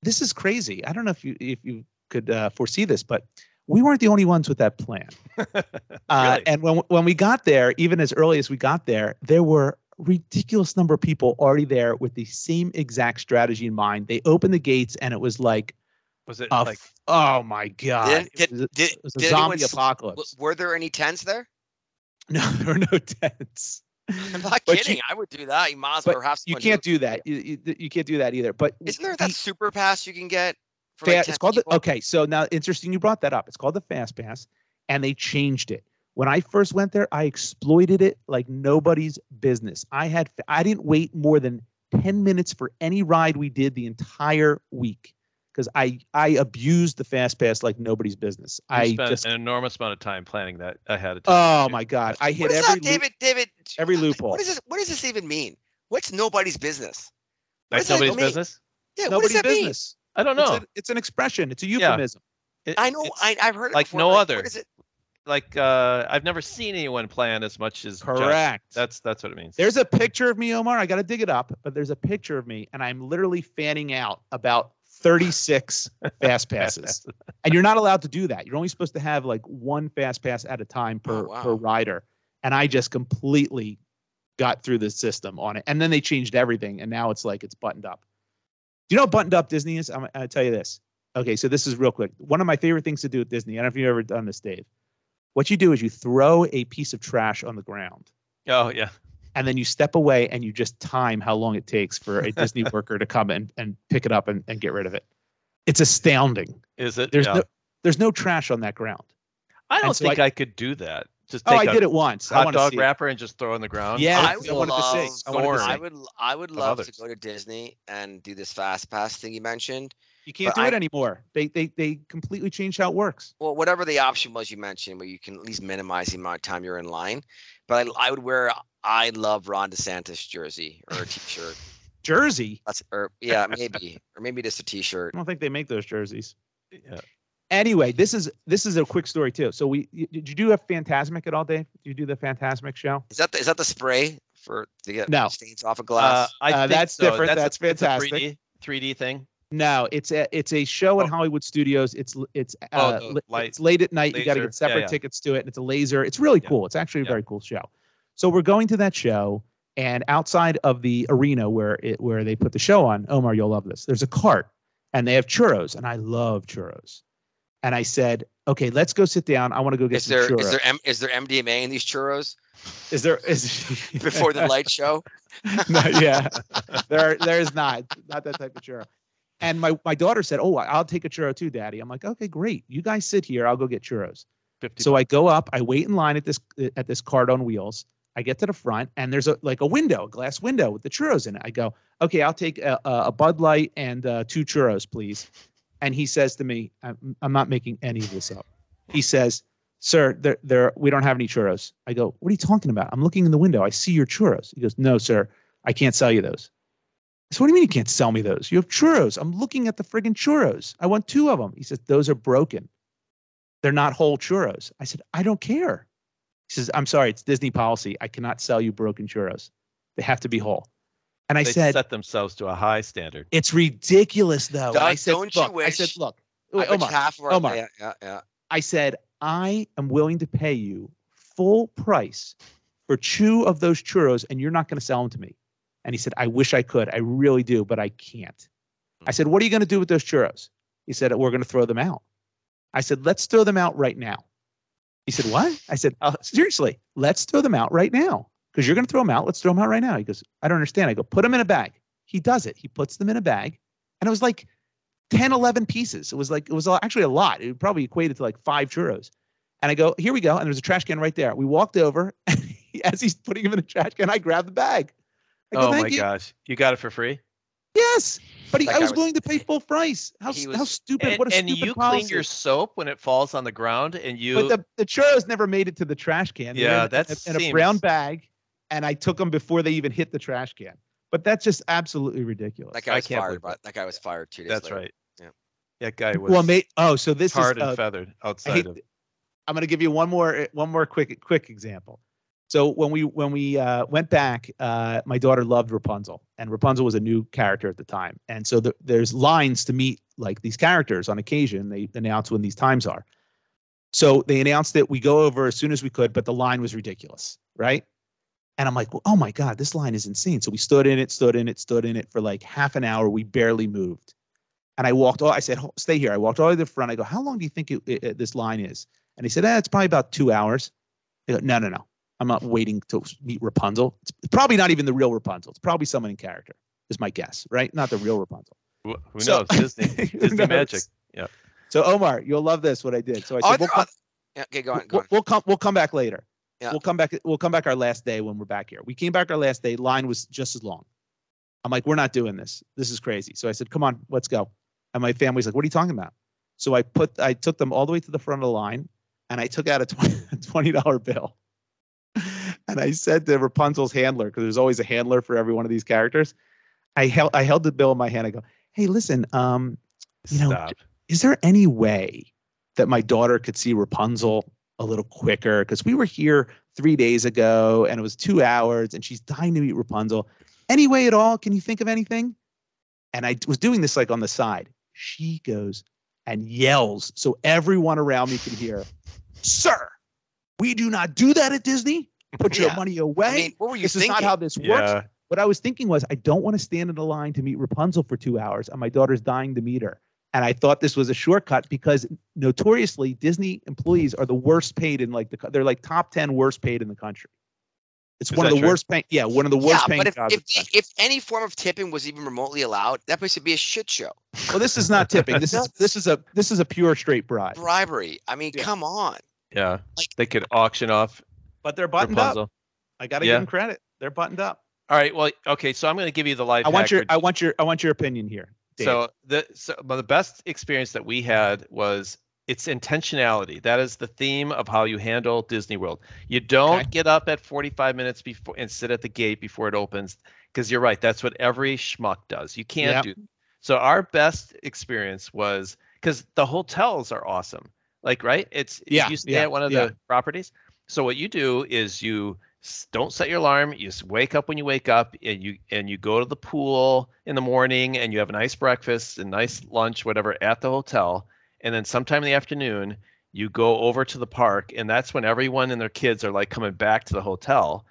this is crazy. I don't know if you if you could uh, foresee this, but we weren't the only ones with that plan. Uh, Really? And when when we got there, even as early as we got there, there were ridiculous number of people already there with the same exact strategy in mind. They opened the gates, and it was like, Was it a, like f- oh my god, Did- did- it was a, did- it was a did anyone zombie s- apocalypse. W- were there any tents there? no, there were no tents. I'm not But you- kidding. I would do that. You might as but well perhaps You someone do can't it. do that. You, you, you can't do that either. But Isn't there the- that super pass you can get? For Fa- like it's 10 called people? the okay. So now, interesting, you brought that up. It's called the Fast Pass, and they changed it. When I first went there, I exploited it like nobody's business. I had I didn't wait more than ten minutes for any ride we did the entire week because I I abused the Fast Pass like nobody's business. you I spent just an enormous amount of time planning that ahead of time? oh my god, I hit What is every that, loop- David? David, every I- loophole. What does this? What does this even mean? What's nobody's business? what does That's that nobody's mean? business. Yeah, what does nobody's that mean? business. I don't It's, know. a- it's an expression. It's a euphemism. It- I know. it's I, I've heard it like before, no what other. is it? like uh, I've never seen anyone plan as much as Josh. Correct. That's that's what it means. There's a picture of me, Omar. I got to dig it up, but there's a picture of me, and I'm literally fanning out about 36 fast passes. And you're not allowed to do that. You're only supposed to have like one fast pass at a time per, Oh, wow. per rider. And I just completely got through the system on it. And then they changed everything, and now it's like it's buttoned up. Do you know what buttoned up Disney is? I'm, I'll tell you this. Okay, so this is real quick. One of my favorite things to do at Disney, I don't know if you've ever done this, Dave. What you do is you throw a piece of trash on the ground oh yeah. and then you step away and you just time how long it takes for a Disney worker to come and, and pick it up and, and get rid of it. It's astounding. Is it? There's Yeah. no there's no trash on that ground. I don't and so think I, could do that. Just Oh, take I a did it once. I hot want to dog see. it. wrapper and just throw it on the ground. Yeah, I I would wanted to see. love- I wanted to Soren. I see. would. I would love to others. go to Disney and do this fast pass thing you mentioned. You can't but do I- it anymore. They they they completely changed how it works. Well, whatever the option was you mentioned, where you can at least minimize the amount of time you're in line. But I, I would wear I love Ron DeSantis jersey or a T-shirt. Jersey. That's, or yeah, maybe or maybe just a T-shirt. I don't think they make those jerseys. Yeah. Uh, Anyway, this is this is a quick story too. So we y- did you do a Fantasmic at all, Dave? Did you do the Fantasmic show? Is that the, is that the spray for to get No. stains off a Uh, glass? I Uh, think that's so. different. a- That's it's a fantastic. 3D, 3D thing. No, it's a it's a show in Oh. Hollywood Studios. It's l- it's uh, the li- light- it's late at night. You got to laser. get Yeah, separate yeah. tickets to it. And it's a laser. It's really Yeah. cool. It's actually a Yeah. very cool show. So we're going to that show, and outside of the arena where it where they put the show on, Omar, you'll love this. There's a cart, and they have churros, and I love churros. And I said, okay, let's go sit down. I want to go get Is some there churros. is there M, is there MDMA in these churros is there is before the light show? no, yeah, there there is not not that type of churro. And my my daughter said, "Oh, I'll take a churro too, Daddy." I'm like, "Okay, great. You guys sit here. I'll go get churros." 50 So I go up. I wait in line at this at this cart on wheels. I get to the front, and there's a like a window, a glass window with the churros in it. I go, "Okay, I'll take a, a a Bud Light and uh, two churros, please." And he says to me, I'm, I'm not making any of this up. He says, Sir, there, there, we don't have any churros. I go, What are you talking about? I'm looking in the window. I see your churros. He goes, No, sir, I can't sell you those. So what do you mean you can't sell me those? You have churros. I'm looking at the friggin' churros. I want two of them. He says, Those are broken. They're not whole churros. I said, I don't care. He says, I'm sorry, it's Disney policy. I cannot sell you broken churros. They have to be whole. And I they said, set themselves to a high standard. It's ridiculous though. And I Don't- said, don't you look, I wish- said, look, I bet wait, you Omar, half of our, Omar. Yeah, yeah, yeah. I said, I am willing to pay you full price for two of those churros, and you're not going to sell them to me. And he said, I wish I could. I really do, but I can't. I said, What are you going to do with those churros? He said, We're going to throw them out. I said, Let's throw them out right now. He said, What? I said, "Uh, Seriously, let's throw them out right now because you're going to throw them out. Let's throw them out right now. He goes, I don't understand. I go, Put them in a bag. He does it. He puts them in a bag. And it was like 10, 11 pieces. It was like, it was actually a lot. It probably equated to like five churros. And I go, Here we go. And there's a trash can right there. We walked over. And as he's putting them in the trash can, I grabbed the bag. I go, oh "Thank my you." gosh, you got it for free. Yes, but he, That I guy was was- willing to pay full price. How He s- was- how stupid! And, what a and stupid you policy. clean your soap when it falls on the ground, and you. But the, the churros never made it to the trash can. They were Yeah, in, that in a- in a brown seems- bag, and I took them before they even hit the trash can. But that's just absolutely ridiculous. That guy I was can't fired. believe By, that guy was fired two days that's later. right. Yeah. That guy was well, mate. Oh, so this is. tarred and uh, feathered I outside hate, of. I'm going to give you one more eh, one more quick quick example. So when we when we uh, went back, uh, my daughter loved Rapunzel, and Rapunzel was a new character at the time. And so the, there's lines to meet like these characters on occasion. They announce when these times are. So they announced that we go over as soon as we could, but the line was ridiculous, right? And I'm like, oh my god, this line is insane. So we stood in it, stood in it, stood in it for like half an hour. We barely moved. And I walked. All, I said, "Ho- stay here. I walked all the way to the front. I go, how long do you think it, it, it- this line is? And he said, eh, it's probably about two hours. I go, no, no, no. I'm not waiting to meet Rapunzel. It's probably not even the real Rapunzel. It's probably someone in character, is my guess, right? Not the real Rapunzel. Who who So- knows? Disney. Who Disney knows? magic. Yeah. Oh, So Omar, you'll love this what I did. So I Are said, there we'll, come, oth- Yeah, okay, go on, go we'll, on. we'll come we'll come back later. Yeah. We'll come back we'll come back our last day when we're back here. We came back our last day, line was just as long. I'm like, we're not doing this. This is crazy. So I said, come on, let's go. And my family's like, what are you talking about? So I put I took them all the way to the front of the line and I took out a twen- twenty dollar bill. And I said to Rapunzel's handler, because there's always a handler for every one of these characters. I held I held the bill in my hand. I go, hey, listen, um, You know, Stop. is there any way that my daughter could see Rapunzel a little quicker? Because we were here three days ago and it was two hours and she's dying to meet Rapunzel. Any way at all? Can you think of anything? And I was doing this like on the side. She goes and yells so everyone around me can hear, Sir, we do not do that at Disney. Put your Yeah. money I away. mean, what were you this thinking? is not how this works. yeah. What I was thinking was, I don't want to stand in a line to meet Rapunzel for two hours, and my daughter's dying to meet her. And I thought this was a shortcut because notoriously Disney employees are the worst paid in like the co- they're like top ten worst paid in the country. It's Is one of that the true? worst paying. Yeah, one of the worst yeah, paying but if jobs. in if, the the- country. if any form of tipping was even remotely allowed, that place would be a shit show. well, this is not tipping. This is this is a this is a pure straight bribe. Bribery. I mean, Yeah. come on. Yeah. Like- they could auction off But they're buttoned Rapunzel. up. I got to Yeah. give them credit. They're buttoned up. All right. Well, okay. So I'm going to give you the life. I want hack your for- I want your I want your opinion here. Dave. So the so but the best experience that we had was it's intentionality. That is the theme of how you handle Disney World. You don't Okay. get up at 45 minutes before and sit at the gate before it opens because you're right. That's what every schmuck does. You can't Yep. do. So our best experience was because the hotels are awesome. Like right, it's if Yeah, you stay yeah, at one of yeah. the properties. So what you do is you s- don't set your alarm. You just wake up when you wake up, and you and you go to the pool in the morning, and you have a nice breakfast and nice lunch, whatever, at the hotel. And then sometime in the afternoon, you go over to the park, and that's when everyone and their kids are like coming back to the hotel.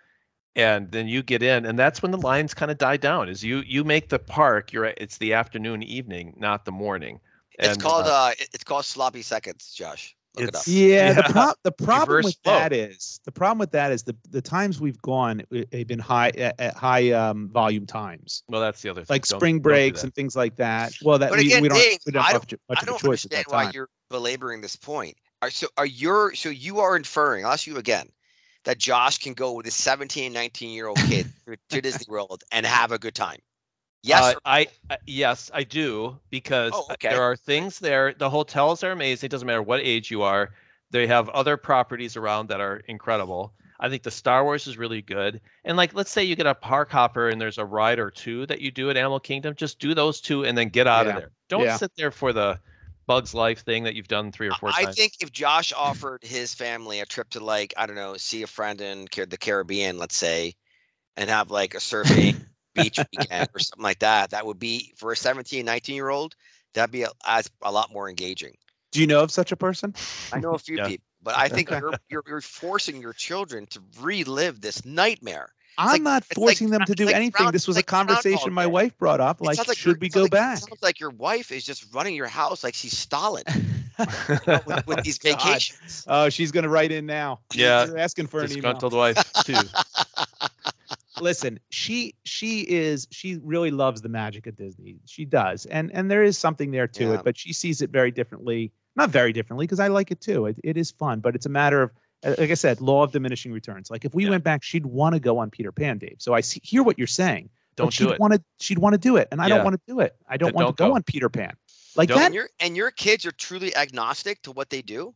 And then you get in, and that's when the lines kind of die down. Is you you make the park. You're at- it's the afternoon, evening, not the morning. It's And, called uh, uh, it- it's called sloppy seconds, Josh. Look it up. it's- Yeah, Yeah. The, pro- the problem Reverse with flow. that is the problem with that is the the times we've gone uh, have been high at, at high um, volume times, well, that's the other thing. like Don't- spring don't do breaks that. and things like that. Well, that But we, again, we don't Dave, we don't I have don't- much, much I don't of a choice at understand that why time. you're belaboring this point. Are, so are you so you are inferring? I'll ask you again that Josh can go with his 17, 19 year old kid to Disney World and have a good time. Yes. Uh, or- I uh, yes, I do because Oh, okay. there are things there. The hotels are amazing. It doesn't matter what age you are. They have other properties around that are incredible. I think the Star Wars is really good. And like, let's say you get a park hopper and there's a ride or two that you do at Animal Kingdom. Just do those two and then get out of Yeah. there. Don't Yeah. sit there for the Bugs Life thing that you've done three or four I times. think if Josh offered his family a trip to like I don't know, see a friend in Car- the Caribbean, let's say, and have like a surfing beach weekend or something like that, that would be for a 17, 19 year old, that'd be a, as a lot more engaging. Do you know of such a person? I know a few Yeah. people, but I think you're, you're you're forcing your children to relive this nightmare. I'm like- not it's forcing like- them to it's do like anything. Ground- this was like a conversation Groundhog my Day. wife brought up. It Like, sounds your- should we it sounds go like- back? It sounds like your wife is just running your house like she's Stalin with, with these God. vacations. Oh, she's gonna write in now. Yeah. She's asking for an email. Uh, Disgruntled wife too. listen she she is she really loves the magic of disney she does and and there is something there to Yeah. it but she sees it very differently not very differently because i like it too it, it is fun but it's a matter of uh, like i said law of diminishing returns like if we Yeah. went back she'd want to go on peter pan dave so i see, hear what you're saying but Don't do she'd it. want to she'd want to do it and i Yeah. don't want to do it i don't Then want don't to go, go. on peter pan like Don't- that and your and your kids are truly agnostic to what they do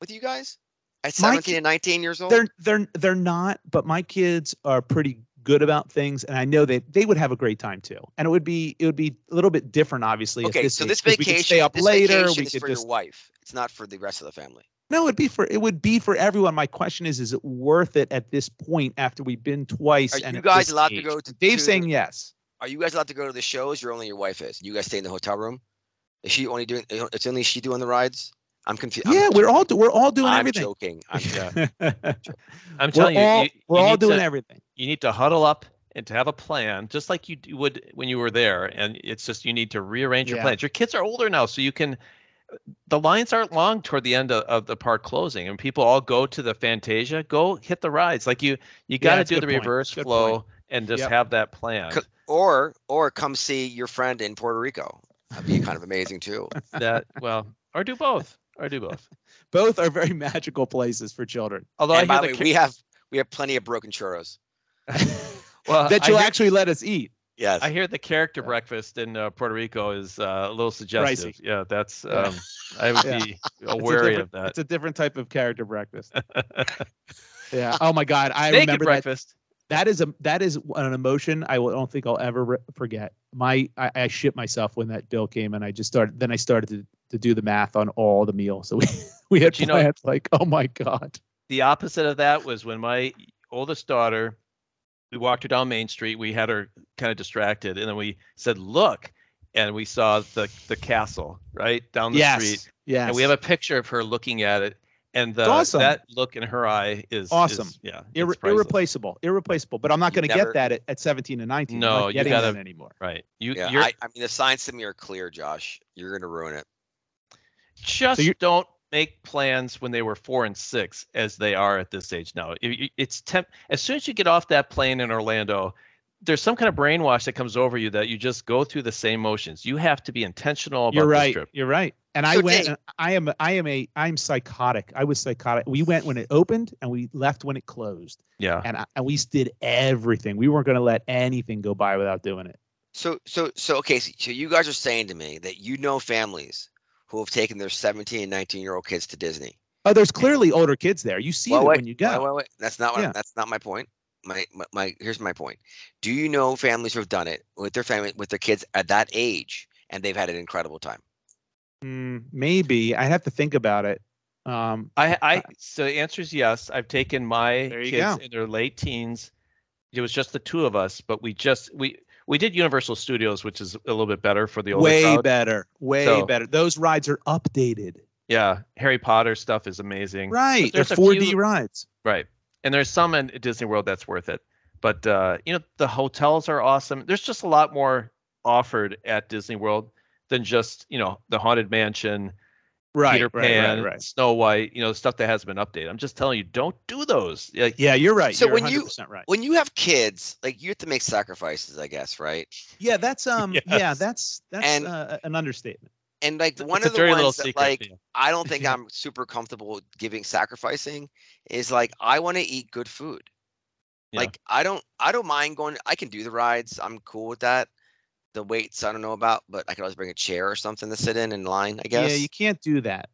with you guys at My 17 and 19 years old they're they're they're not but my kids are pretty good about things and i know that they would have a great time too and it would be it would be a little bit different obviously at okay so age, this 'cause vacation we could stay up this later vacation we is could for just your wife it's not for the rest of the family no it'd be for it would be for everyone my question is is it worth it at this point after we've been twice are and you at guys this allowed to age? go to dave's to- saying yes are you guys allowed to go to the shows or only your wife is you guys stay in the hotel room is she only doing it's only she doing the rides i'm confused I'm- yeah we're all do- we're all doing I'm everything joking i'm joking. I'm we're telling you, all you, we're you all need to- doing everything you need to huddle up and to have a plan just like you d- would when you were there and it's just you need to rearrange your Yeah. plans your kids are older now so you can the lines aren't long toward the end of, of the park closing and people all go to the fantasia go hit the rides like you you got to that's a do good the point. reverse Good flow point. and just Yep. have that plan Co- or or come see your friend in puerto rico that'd be kind of amazing too that well or do both or do both both are very magical places for children although and i by the hear the way ki- we have we have plenty of broken churros well that I you'll hear- actually let us eat yes I hear the character breakfast in uh, Puerto Rico is uh, a little suggestive. Yeah, that's Yeah. um, I would Yeah. be It's a wary different- of that. It's a different type of character breakfast. yeah. Oh my God, I Naked remember that. breakfast. That is a that is an emotion I will- don't think I'll ever re- forget. My I, I shit myself when that bill came, and I just started. Then I started to, to do the math on all the meals. So we we had But you know- plans like, oh my God. the opposite of that was when my oldest daughter we walked her down main street we had her kind of distracted and then we said look and we saw the the castle right down the yes. street Yes. and we have a picture of her looking at it and the, It's awesome. that look in her eye is Awesome. is- yeah Irre- it's priceless. irreplaceable, irreplaceable. But I'm not You going to never- get that at, at 17 and 19. I'm No, not you getting gotta- that anymore. right you Yeah, you're I, I mean the signs to me are clear, Josh. You're gonna ruin it. just So you're- don't make plans when they were four and six as they are at this age now. You- you- It's temp- as soon as you get off that plane in Orlando, there's some kind of brainwash that comes over you that you just go through the same motions. You have to be intentional about You're this right. trip. You're right. And I So, went. Dave- and I am. I am a. I'm psychotic. I was psychotic. We went when it opened, and we left when it closed. Yeah. And I, and we did everything. We weren't going to let anything go by without doing it. So so so okay, so, so you guys are saying to me that you know families who have taken their 17 and 19 year old kids to Disney. Oh, there's clearly older kids there. You see Well, it wait, when you go. Wait, wait, wait. That's not what Yeah. I'm, that's not my point. My, my my here's my point. Do you know families who have done it with their family with their kids at that age and they've had an incredible time? Mm, maybe I have to think about it. Um, I, I so the answer is yes. I've taken my There kids you in their late teens. It was just the two of us, but we just we we did Universal Studios, which is a little bit better for the older way crowd. better. Way So- better. Those rides are updated. Yeah, Harry Potter stuff is amazing. Right. They're there's a 4D few- rides. Right. And there's some in Disney World that's worth it. But uh, you know, the hotels are awesome. There's just a lot more offered at Disney World than just, you know, the Haunted Mansion, Right. Peter right. Pan, Right. Right. Snow White, you know, stuff that hasn't been updated. I'm just telling you, don't do those. Like, Yeah, you're right. So you're when you- 100% right. When you have kids, like you have to make sacrifices, I guess, right? Yeah, that's um. Yeah, Yes. that's that's And- uh, an understatement. And like it's a- one it's of a the dirty little ones that secret. like yeah. I don't think I'm super comfortable giving sacrificing is like I want to eat good food. Yeah. Like I don't I don't mind going I can do the rides. I'm cool with that. the weights I don't know about, but I could always bring a chair or something to sit in in line. I guess Yeah, you oh, can't do that.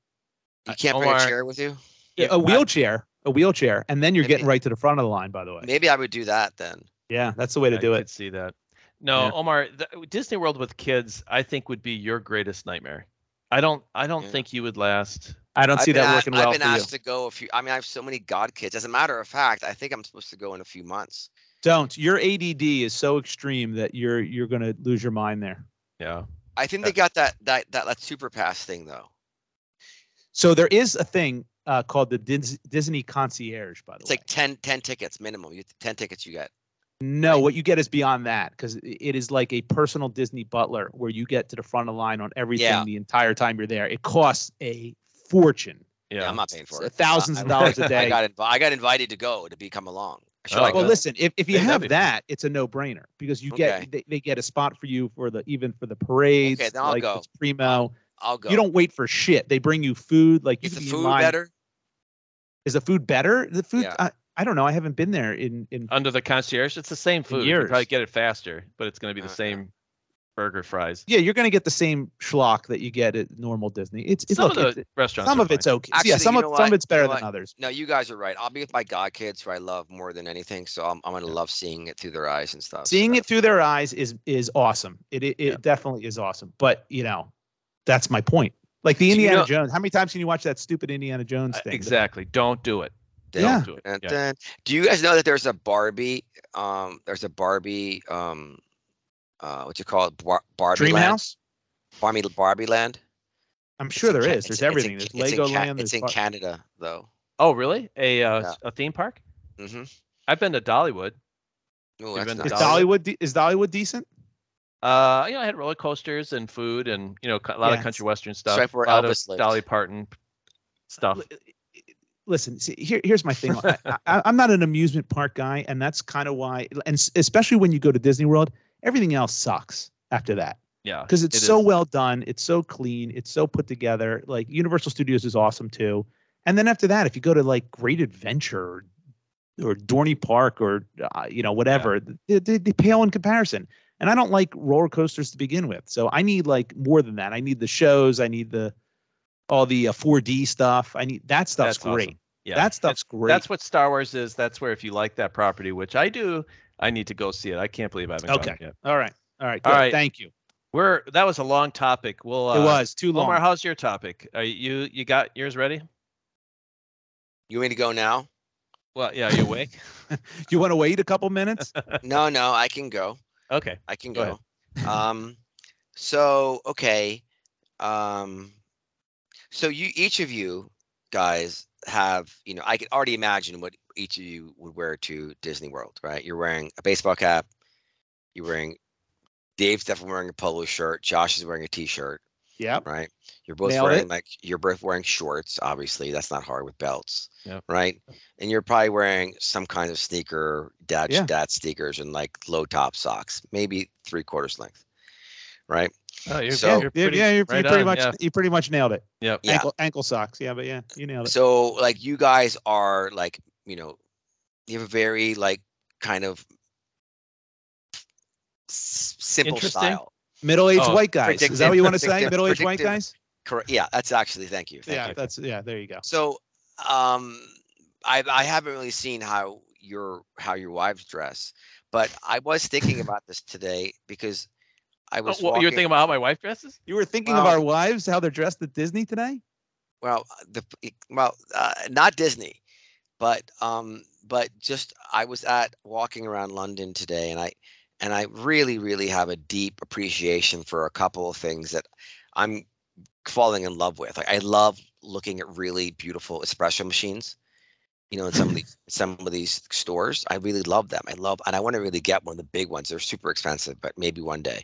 you can't bring a Omar- chair with you. Yeah, a wheelchair, a wheelchair, and then you're Maybe- getting right to the front of the line. By the way, Maybe I would do that then. yeah, that's the way to I do could it. see that. No, Yeah. Omar, the, Disney World with kids, I think would be your greatest nightmare. I don't. I don't Yeah. think you would last. I don't see I've been that a- working I've well been for you. asked to go a few. I mean, I have so many god kids. As a matter of fact, I think I'm supposed to go in a few months. Don't. Your ADD is so extreme that you're you're going to lose your mind there. Yeah. I think they got that that that, that super pass thing though. So there is a thing uh, called the Dis- Disney concierge. By the It's way, like 10, 10 tickets minimum. You ten tickets you get. no, what you get is beyond that because it is like a personal Disney butler where you get to the front of the line on everything Yeah. the entire time you're there. It costs a fortune, uh, Yeah. Yeah, I'm not paying for it. thousands I- of dollars a I day. got inv- I got invited to go to become along. Should Oh, I like well, go? that. listen. If, if you Yeah, that'd have be- that, it's a no-brainer because you get Okay. they, they get a spot for you for the even for the parades. then I'll like go. It's primo. I'll go. You don't wait for shit. They bring you food. Like you Is the could be in food line- better? Is the food better? The food. Yeah. I, I don't know. I haven't been there in in. Under the concierge, it's the same food. You years. probably get it faster, but it's going to be the Uh, yeah. same burger fries. Yeah, you're gonna get the same schlock that you get at normal Disney. It's, it's some look, of the it's- restaurants. some are of it's fine. okay. Actually, yeah, some you of know some what? of it's better You know than what? others. No, you guys are right. I'll be with my god kids, who I love more than anything. So I'm, I'm gonna love seeing it through their eyes and stuff. so Seeing it that's- through their eyes is is awesome. It it, it Yeah. definitely is awesome. But you know, that's my point. Like the Do you Indiana know- Jones. How many times can you watch that stupid Indiana Jones Uh, thing? Exactly. Don't do it. Dun, Yeah. Don't do it. dun, Yeah. dun. Do you guys know that there's a Barbie? Um, there's a Barbie. Um, uh, what you call it? Bar- Barbie Land. Dreamhouse. Barbie Barbie Land. I'm sure there there is. is. There's everything. There's Lego Land. It's There's in Bar- Canada though. Oh, really? A uh, Yeah. a theme park? Mm-hmm. I've been to Dollywood. Ooh, You've that's been to nice. is Dollywood. Dollywood de- is Dollywood decent? Uh, you know, I had roller coasters and food, and you know, a lot Yeah. of country western right stuff. where a lot Elvis of lived. Dolly Parton Oh. stuff. Li- Listen, see, here, here's my thing. I, I, I'm not an amusement park guy, and that's kind of why. And s- especially when you go to Disney World, everything else sucks after that Yeah. because it's It so is. well done, it's so clean, it's so put together. Like Universal Studios is awesome too. And then after that, if you go to like Great Adventure or, or Dorney Park or uh, you know whatever, they, they, they pale in comparison. And I don't like roller coasters to begin with, so I need like more than that. I need the shows, I need the all the uh, 4D stuff. I need that stuff's That's awesome. great. Yeah. That stuff's great. That's what Star Wars is. That's where if you like that property, which I do, I need to go see it. I can't believe I haven't Okay. gone yet. all right. All right. All good. right. Thank you. We're that was a long topic. We'll uh, it was too long. Omar, how's your topic? Are you you got yours ready? You want me to go now? Well, yeah, are you awake? you want to wait a couple minutes? no, no, I can go. Oh, okay. I can Go ahead. go. um, so okay. Um, so you each of you guys have you know I can already imagine what each of you would wear to Disney World, right? You're wearing a baseball cap. You're wearing Dave's definitely wearing a polo shirt. Josh is wearing a t-shirt, yeah. right? You're both Nailed wearing it. like you're both wearing shorts. Obviously, that's not hard with belts, Yep. right? And you're probably wearing some kind of sneaker, dad Yeah. dad sneakers, and like low top socks, maybe three quarters length, right? Oh, you're, So- you're Yeah, pretty, yeah, you, you right pretty on, much Yeah. you pretty much nailed it. Yep. Yeah. Ankle ankle socks. Yeah, but yeah, you nailed it. So like you guys are like, you know, you have a very like kind of s- simple Interesting. style. Middle-aged Oh, white guys. Is that what you want to say? predictive- Middle-aged white predictive. guys? Correct. Yeah, that's actually thank you. Thank Yeah, you. that's yeah, there you go. So um I I haven't really seen how your how your wives dress, but I was thinking about this today because I Oh, was well, you're walking- thinking about how my wife dresses? You were thinking of Well- our wives, how they're dressed at Disney today? well the well uh, not disney but um but just i was at walking around london today and i and i really really have a deep appreciation for a couple of things that i'm falling in love with like i love looking at really beautiful espresso machines you know in some of these some of these stores i really love them i love and i want to really get one of the big ones they're super expensive but maybe one day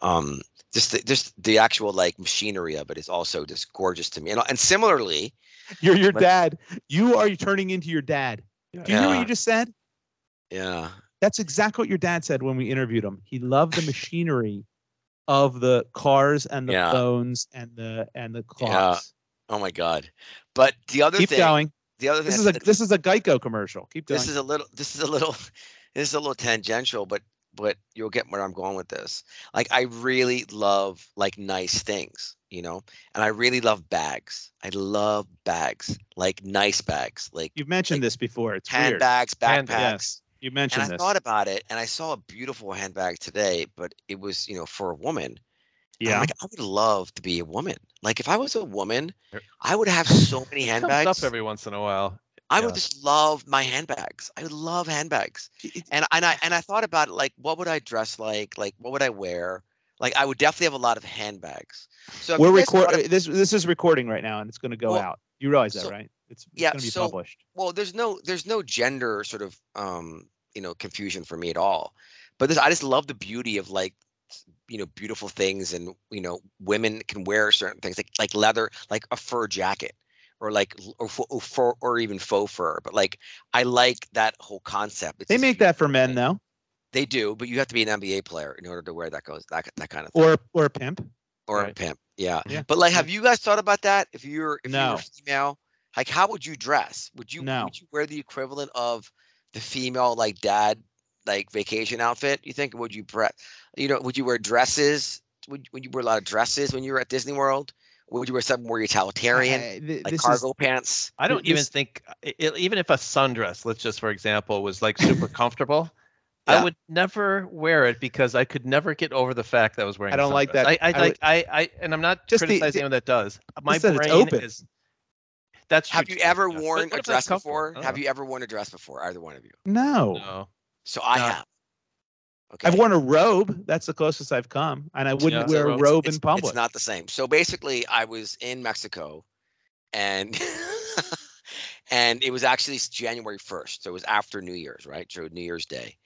um just the, just the actual like machinery of it is also just gorgeous to me. And, and similarly, You're your But- dad. You are turning into your dad. Do you hear what Yeah. you just said? yeah, That's exactly what your dad said when we interviewed him. He loved the machinery of the cars and the Yeah. phones and the and the clocks. oh my god. But the other Keep thing, going. the other thing, This that's- is a that's- this is a Geico commercial. Keep going. this is a little, this is a little, this is a little tangential, but but you'll get where I'm going with this. Like I really love like nice things, you know, and I really love bags. I love bags, like nice bags, like You've mentioned Like, this before. It's weird. handbags, Hand- backpacks. yes. You mentioned and I this. thought about it, and I saw a beautiful handbag today, but it was you know for a woman. And I'm yeah. like I would love to be a woman. Like if I was a woman, I would have so many It comes up handbags. every once in a while. I yeah. would just love my handbags. I would love handbags. It- And and I and I thought about it, like what would I dress like? Like what would I wear? Like I would definitely have a lot of handbags. So if We're you guys wanna- recording this. This is recording right now, and it's going to go Well, out. You realize that, so- right? It's, it's yeah, going to be so- published. well there's no there's no gender sort of um you know confusion for me at all but this i just love the beauty of like you know beautiful things and you know women can wear certain things like like leather like a fur jacket or like l- or fo- or fur or even faux fur but like i like that whole concept It's They just make beautiful that for men thing. though, they do but you have to be an nba player in order to wear that goes that, that kind of thing or or a pimp. or a Right. pimp yeah. Yeah. but like have you guys thought about that if you're if No. you're female like how would you dress would you No. would you wear the equivalent of the female like dad like vacation outfit you think would you pre- you know would you wear dresses would, would you wear a lot of dresses when you were at disney world would you wear something more utilitarian I- Uh, th- like this cargo Is, pants I don't even This- think, i- i- even if a sundress, let's just for example, was like super comfortable, I Yeah. would never wear it because I could never get over the fact that I was wearing. I a don't like sundress. that. I, I, I like I, I and I'm not Just the- criticizing anyone that does. My that brain it's open. is. That's true have you too, ever yes. But worn what a if it's dress comfortable? before I don't have know. you ever worn a dress before either one of you no. No. so i No. have okay I've worn a robe. That's the closest I've come, and I wouldn't Yeah. wear a It's- robe it's, in public. It's not the same. So basically, I was in Mexico, and and it was actually January first, so it was after New Year's, right? So New Year's Day,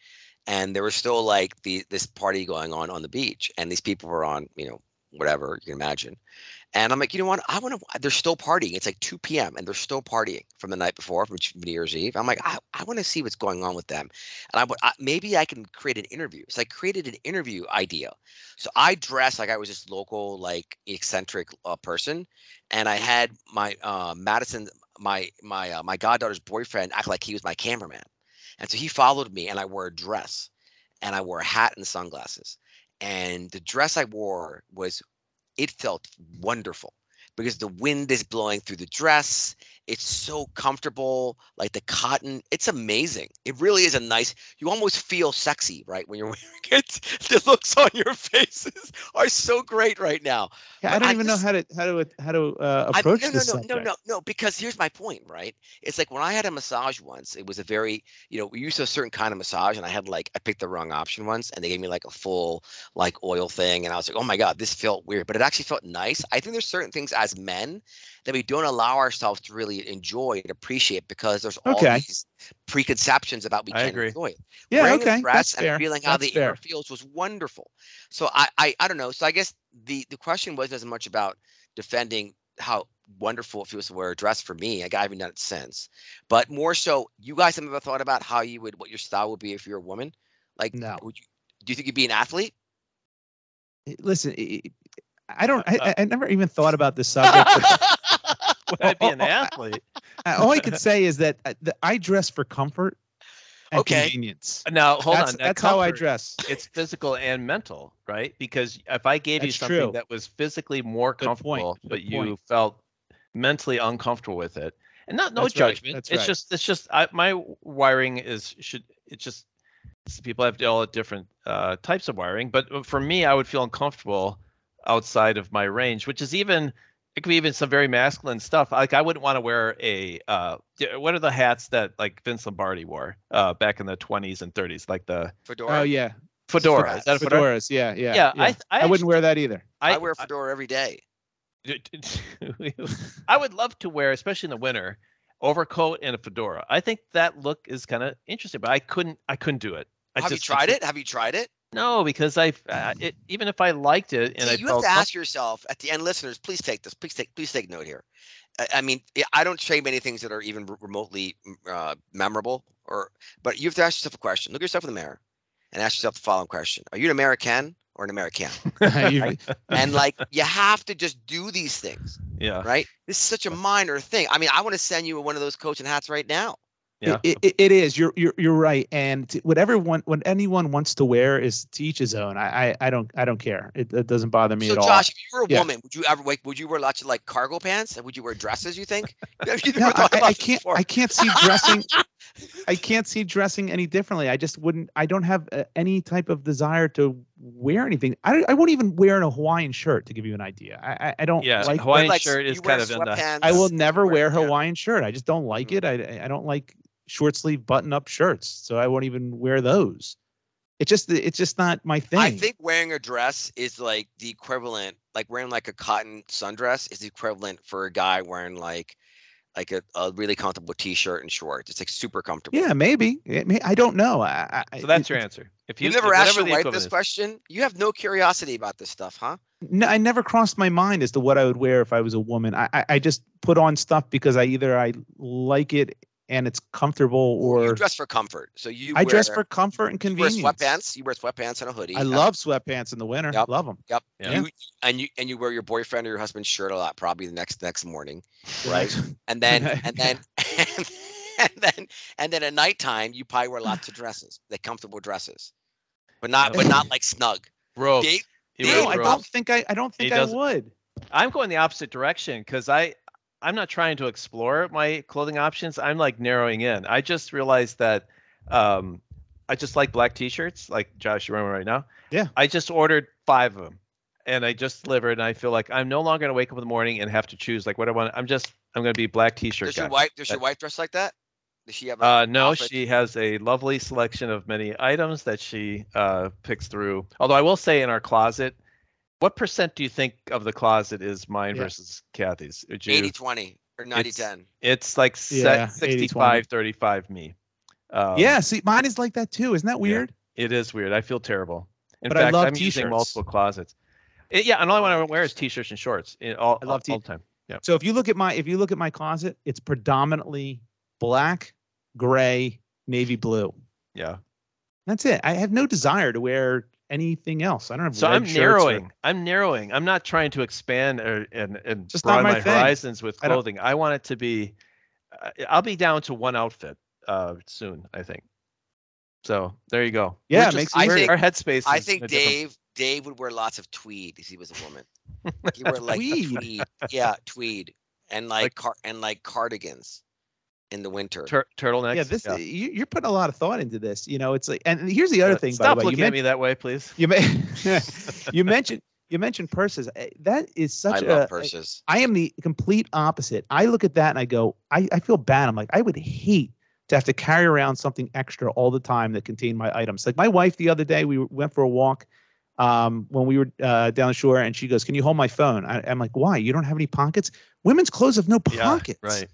and there was still like the this party going on on the beach, and these people were on, you know, whatever you can imagine. And I'm like, you know what? I want to. They're still partying. It's like 2 p.m. and they're still partying from the night before, from New Year's Eve. I'm like, I, I want to see what's going on with them, and I would I, maybe I can create an interview. So I created an interview idea. So I dressed like I was this local, like eccentric uh, person, and I had my uh, Madison, my my uh, my goddaughter's boyfriend, act like he was my cameraman, and so he followed me, and I wore a dress, and I wore a hat and sunglasses, and the dress I wore was, it felt wonderful because the wind is blowing through the dress. It's so comfortable, like the cotton. It's amazing. It really is a nice. You almost feel sexy, right, when you're wearing it. The looks on your faces are so great right now. Yeah, I but don't I even just- know how to how to how to uh, I- approach no, no, this no, subject. no, no, no. Because here's my point, right? It's like when I had a massage once. It was a very, you know, we used to a certain kind of massage, and I had like I picked the wrong option once, and they gave me like a full like oil thing, and I was like, oh my god, this felt weird, but it actually felt nice. I think there's certain things as men that we don't allow ourselves to really enjoy and appreciate because there's all Okay. these preconceptions about we I can't agree. enjoy it. Yeah, Wearing a okay, dress that's and fair. feeling how That's the air fair. feels was wonderful. So I, I, I don't know. So I guess the the question wasn't as much about defending how wonderful it feels to wear a dress for me. Like, I haven't done it since, but more so, you guys have ever thought about how you would, what your style would be if you're a woman? Like, uh, No. would you, do you think you'd be an athlete? Listen, I- I I don't. Uh, I, I never even thought about this subject. but Would I be an athlete? I- all I could say is that I, that I dress for comfort and Okay. convenience. Now hold that's on. that that's how I comfort- dress. It's physical and mental, right? Because if I gave you That's something true. that was physically more Good point, comfortable, good but you point. felt mentally uncomfortable with it, and not no That's right, judgment. that's it's right. just it's just I, my wiring is should it's just it's- people have all different uh, types of wiring, but for me, I would feel uncomfortable outside of my range, which is even it could be even some very masculine stuff. Like I wouldn't want to wear a uh, d- what are the hats that like Vince Lombardi wore uh, back in the 20s and 30s, like the Fedora. Oh yeah, fedora. Is that a fedora? fedoras. Yeah, yeah, Yeah, I, th- I, I wouldn't wear that either. I, wear a fedora every day. I, I would love to wear, especially in the winter, overcoat and a fedora. I think that look is kind of interesting, but I couldn't. I couldn't do it. I have you just- I tried couldn't- it? Have you tried it? No, because I uh, it, even if I liked it and See, I you have felt to ask yourself at the end, listeners. Please take this. Please take. Please take note here. I, I mean, I- I don't say many things that are even re- remotely mm, uh, memorable, or but you have to ask yourself a question. Look yourself in the mirror, and ask yourself the following question: Are you an American or an American? You- and Uh, like, you have to just do these things, yeah. right? This is such a minor thing. I mean, I want to send you one of those coats and hats right now. Yeah. It, it, it is. You're you're you're right. And t- whatever one when anyone wants to wear is to each his own. I I, I don't I don't care. It, it doesn't bother me so at Josh, if you were a Yeah. woman, would you ever like would you wear lots of like cargo pants? Would you wear dresses? You think? no, all. No, I, I- I can't I can't see dressing. I can't see dressing any differently. I just wouldn't. I don't have uh, any type of desire to wear anything. I don't- I won't even wear a Hawaiian shirt to give you an idea. I I, I don't Yeah, like. Hawaiian shirt is kind of in the. I will never wear Hawaiian shirt. I just don't like it. Mm-hmm. I I don't like short sleeve button up shirts, so I won't even wear those. It's just it's just not my thing. I think wearing a dress is like the equivalent, like wearing like a cotton sundress is the equivalent for a guy wearing like like a, a really comfortable t-shirt and shorts. It's like super comfortable. Yeah, maybe. It may, I don't know. I, I, So that's it- your answer. If You you never whatever asked the your wife equivalent this is. question. You have no curiosity about this stuff, huh? No, I never crossed my mind as to what I would wear if I was a woman. I, I, I just put on stuff because I either I like it and it's comfortable, you or dress for comfort. So you I wear, dress for comfort and you wear convenience. sweatpants. You wear sweatpants and a hoodie. I love sweatpants in the winter. Yep. Love them. Yep. Yeah. You, and you and you wear your boyfriend or your husband's shirt a lot, probably the next next morning, right? And then and then and, then and then at nighttime you probably wear lots of dresses, like comfortable dresses, but not but not like snug. Robes. Dave- He Dave- wears No, I robes. don't think I. I don't think I doesn't- would. I'm going the opposite direction because I I'm not trying to explore my clothing options. I'm like narrowing in. I just realized that um, I just like black t-shirts, like Josh you're wearing right now. Yeah. I just ordered five of them, and I just delivered, and I feel like I'm no longer gonna wake up in the morning and have to choose like what I want. I'm just I'm gonna be black t-shirt Does your guy. wife does your That- wife dress like that? Does she have? A, Uh, no, outfit? she has a lovely selection of many items that she uh, picks through. Although I will say, in our closet, what percent do you think of the closet is mine Yeah. versus Kathy's? Would you- 80 20 or 90 It's- 10. It's like Yeah, se 80, 20. 65, 35 me. Um, yeah. See, mine is like that too. Isn't that weird? It is weird. I feel terrible. In But I fact, love am using t-shirts. multiple closets. It- yeah, and all I want to wear is t-shirts and shorts in all, I love all, t- the time. Yeah. So if you look at my if you look at my closet, it's predominantly black, gray, navy blue. Yeah. That's it. I have no desire to wear anything else. I don't have. So red I'm shirts or- narrowing. I'm narrowing. I'm not trying to expand or, and and Just not broaden my my, thing. horizons with I don't- clothing. I, want it to be. Uh, I'll be down to one outfit uh, soon. I think. So there you go. Yeah, We're it just- makes sense. we're- I think- our headspace. I is in think a different- Dave Dave would wear lots of tweed if he was a woman. He wore like tweed. Tweed? yeah, tweed, and like, Like- car and like cardigans in the winter. Tur- turtlenecks. Yeah, this You, you're putting a lot of thought into this. You know, it's like, and here's the other Uh, thing. Stop by the way. looking at me that way, please. you, me- you, me- you mentioned you mentioned purses. Eh, That is I such a. eh, love purses. I am the complete opposite. I look at that and I go, I, I feel bad. I'm like, I would hate to have to carry around something extra all the time that contained my items. Like my wife the other day, we went for a walk um, when we were uh, down the shore, and she goes, "Can you hold my phone?" I, I'm like, "Why? You don't have any pockets? Women's clothes have no pockets. Yeah, right.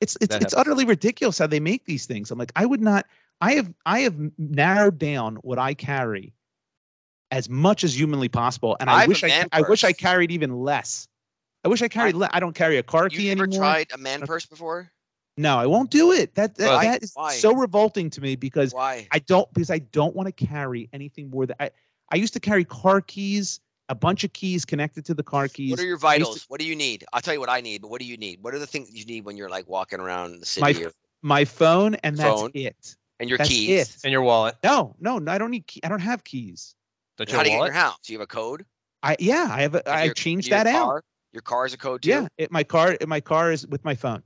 It's it's That it's utterly ridiculous how they make these things. I'm like, I would not. I have I have narrowed down what I carry as much as humanly possible, and I I, have a wish I man ca- I wish I purse. carried even less. I wish I carried. less. I don't carry a car key You ever anymore. tried a man Okay. purse before? No, I won't do it. That that, Why? that is Why? so revolting to me because Why? I don't because I don't want to carry anything more than I. I used to carry car keys, a bunch of keys connected to the car keys. What are your vitals? What do you need? I'll tell you what I need, but what do you need? What are the things you need when you're like walking around the My city or, my phone and that's Phone. it. and your that's keys? it. And your wallet. No, no, no, I don't need. Key, I don't have keys. Don't you How have do a you get in your wallet? house? Do you have a code? I yeah, I have. A, And I your- changed your that out. car- Your car is a code too. Yeah, it, my car. My car is with my phone.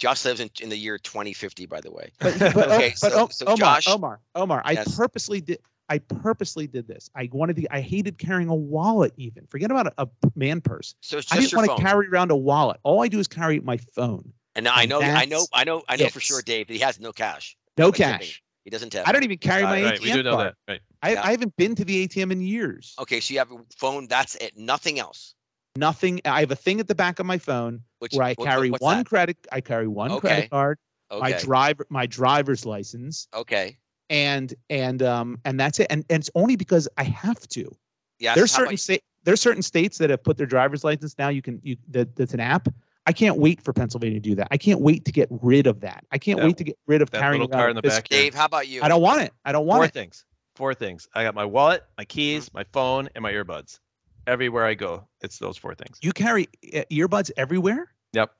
Josh lives in, in the year 2050, by the way. But, but, Okay, okay, but so- O- so Omar, Josh- Omar, Omar, I Yes. purposely did. I purposely did this. I wanted to. I hated carrying a wallet. Even forget about a, a man purse. So it's I just didn't your want to phone. carry around a wallet. All I do is carry my phone. and I and know, I know, that's I know, I know for it. sure, Dave, that he has no cash. No Like tipping. cash. He doesn't have. I don't e even carry Right, my Right. ATM We do know card. that. Right. I, Yeah. I haven't been to the ATM in years. Okay, so you have a phone. That's it. Nothing else. Nothing. I have a thing at the back of my phone Which where I what- carry what's one that? credit. I carry one Okay. credit card. My Okay. driver. My driver's license. okay. and and um and that's it and, and it's only because i have to Yeah. there's how about certain you? sta- there's certain states that have put their driver's license now you can you that, that's an app i can't wait for pennsylvania to do that i can't wait to get rid of that i can't That- wait to get rid of that carrying little around car a in the physical- back here. Dave, how about you? i don't want it i don't want Four it things. Four things. I got my wallet, my keys, Mm-hmm. my phone, and my earbuds. Everywhere I go, it's those four things. you carry uh, earbuds eh, everywhere Yep.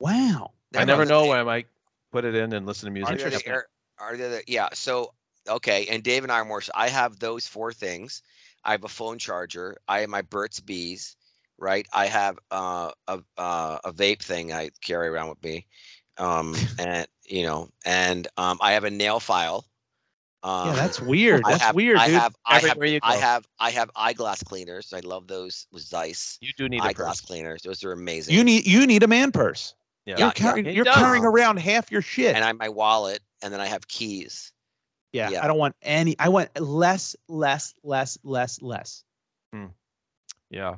wow That I never was- know where I might put it in and listen to Are music. there, the air- are there the- yeah. So okay, and Dave and I are more. So I have those four things. I have a phone charger. I have my Burt's Bees, right? I have uh, a uh, a vape thing I carry around with me, um, and you know, and um, I have a nail file. Um, yeah, that's weird. I That's have, weird, I dude. have, I have, Everywhere you I go. have, I have eyeglass cleaners. I love those with Zeiss You do need a eyeglass purse. cleaners. Those are amazing. you need you need a man purse. Yeah. you're carrying, It you're does. carrying around half your shit. and I my wallet, and then I have keys. yeah, yeah. I don't want any. I want less, less, less, less, less. Yeah.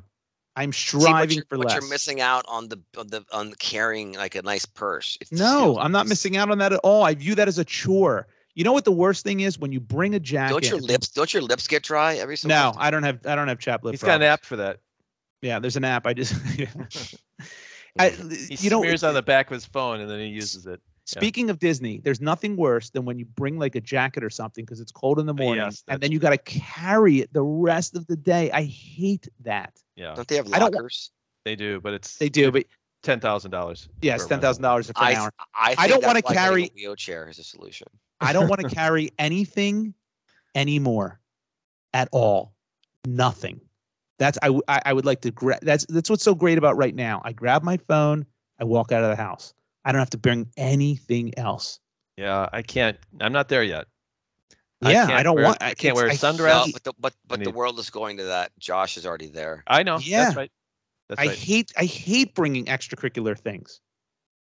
I'm See, but striving you're- for but less. You're missing out on the on the on carrying like a nice purse. It just no, feels I'm not nice. missing out on that at all. I view that as a chore. You know what the worst thing is when you bring a jacket. Don't your lips don't your lips get dry every so No, often? I don't have I don't have chap lip. He's got an problems. app for that. Yeah, there's an app. I just, I, He you know, smears on the back of his phone and then he uses it. speaking of Disney, there's nothing worse than when you bring like a jacket or something because it's cold in the morning, Uh, yes, and that's then you got to carry it the rest of the day. I hate that. Yeah, Don't they have I don't- lockers? they do, but it's They do, but ten thousand dollars. yeah, it's For a ten thousand dollars for I an hour. I, I think don't that's wanna why getting carry- a wheelchair is a solution. I don't want to carry anything anymore, at all. Nothing. That's I w- I- I would like to grab. That's that's what's so great about right now. I grab my phone. I walk out of the house. I don't have to bring anything else. Yeah, I can't. I'm not there yet. Yeah, I can't don't wear- want. I can't wear a it's- No, sundress. hate- but the, but but the need- world is going to that. Josh is already there. I know. Yeah. that's right. That's I right. hate. I hate bringing extracurricular things.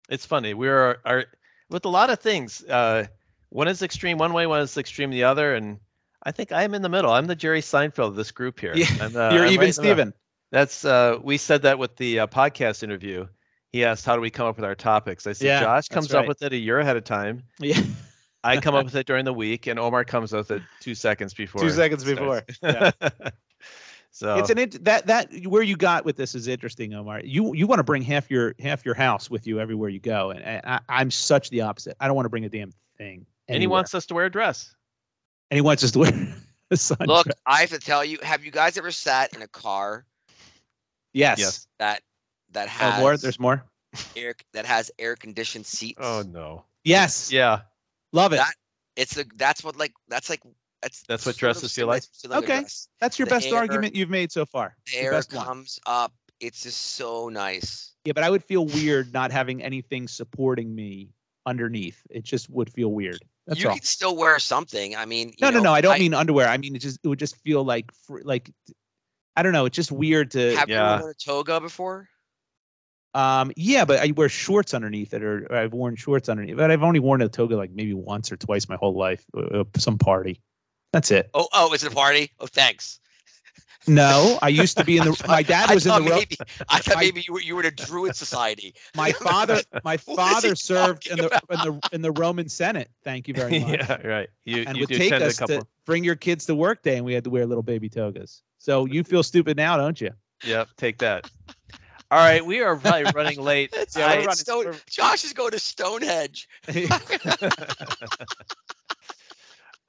It's funny. We are, are with a lot of things. Uh, one is extreme one way, one is extreme the other, and I think I'm in the middle. I'm the Jerry Seinfeld of this group here. Yeah, I'm, uh, You're I'm right in even, the middle. Steven. That's uh, we said that with the uh, podcast interview. He asked, "How do we come up with our topics?" I said, Yeah, "Josh that's comes up right. with it a year ahead of time. Yeah, I come up with it during the week, and Omar comes up with it two seconds before." two seconds it before. starts. Yeah. so It's an int- that that where you got with this is interesting, Omar. You you want to bring half your half your house with you everywhere you go, and, and I, I'm such the opposite. I don't want to bring a damn thing. and he anywhere. wants us to wear a dress. and he wants us to wear a sundress. Look, I have to tell you, have you guys ever sat in a car yes. yes. that that has Oh, more. There's more. air that has air conditioned seats? Oh no. Yes. Yeah. Love it. That- It's the that's what like that's like that's That's sort what of dresses feel similar- like? similar to Okay. dress. That's your the best air- argument you've made so far. The Your air best one. comes up. It's just so nice. Yeah, but I would feel weird not having anything supporting me underneath. It just would feel weird. That's you all. can still wear something. I mean, you No, no, know, no. I don't mean underwear. I mean it just it would just feel like fr- like I don't know. It's just weird to Have Yeah. you worn a toga before? um yeah, but I wear shorts underneath it, or, or I've worn shorts underneath. But I've only worn a toga like maybe once or twice my whole life, uh, uh, some party. That's it. Oh, oh, it's a party. Oh, thanks. No, I used to be in the. My dad I was in the. thought Ro- maybe, I thought My- maybe you were you were in a druid society. my father, my he father served in the talking in the in the Roman Senate. Thank you very much. yeah. Right. You and you would do take tend to us a couple. to bring your kids to work day, and we had to wear little baby togas. So you feel stupid now, don't you? Yep. Take that. All right. We are probably running late. That's Yeah, right. we're running- Stone- we're- Josh is going to Stonehenge.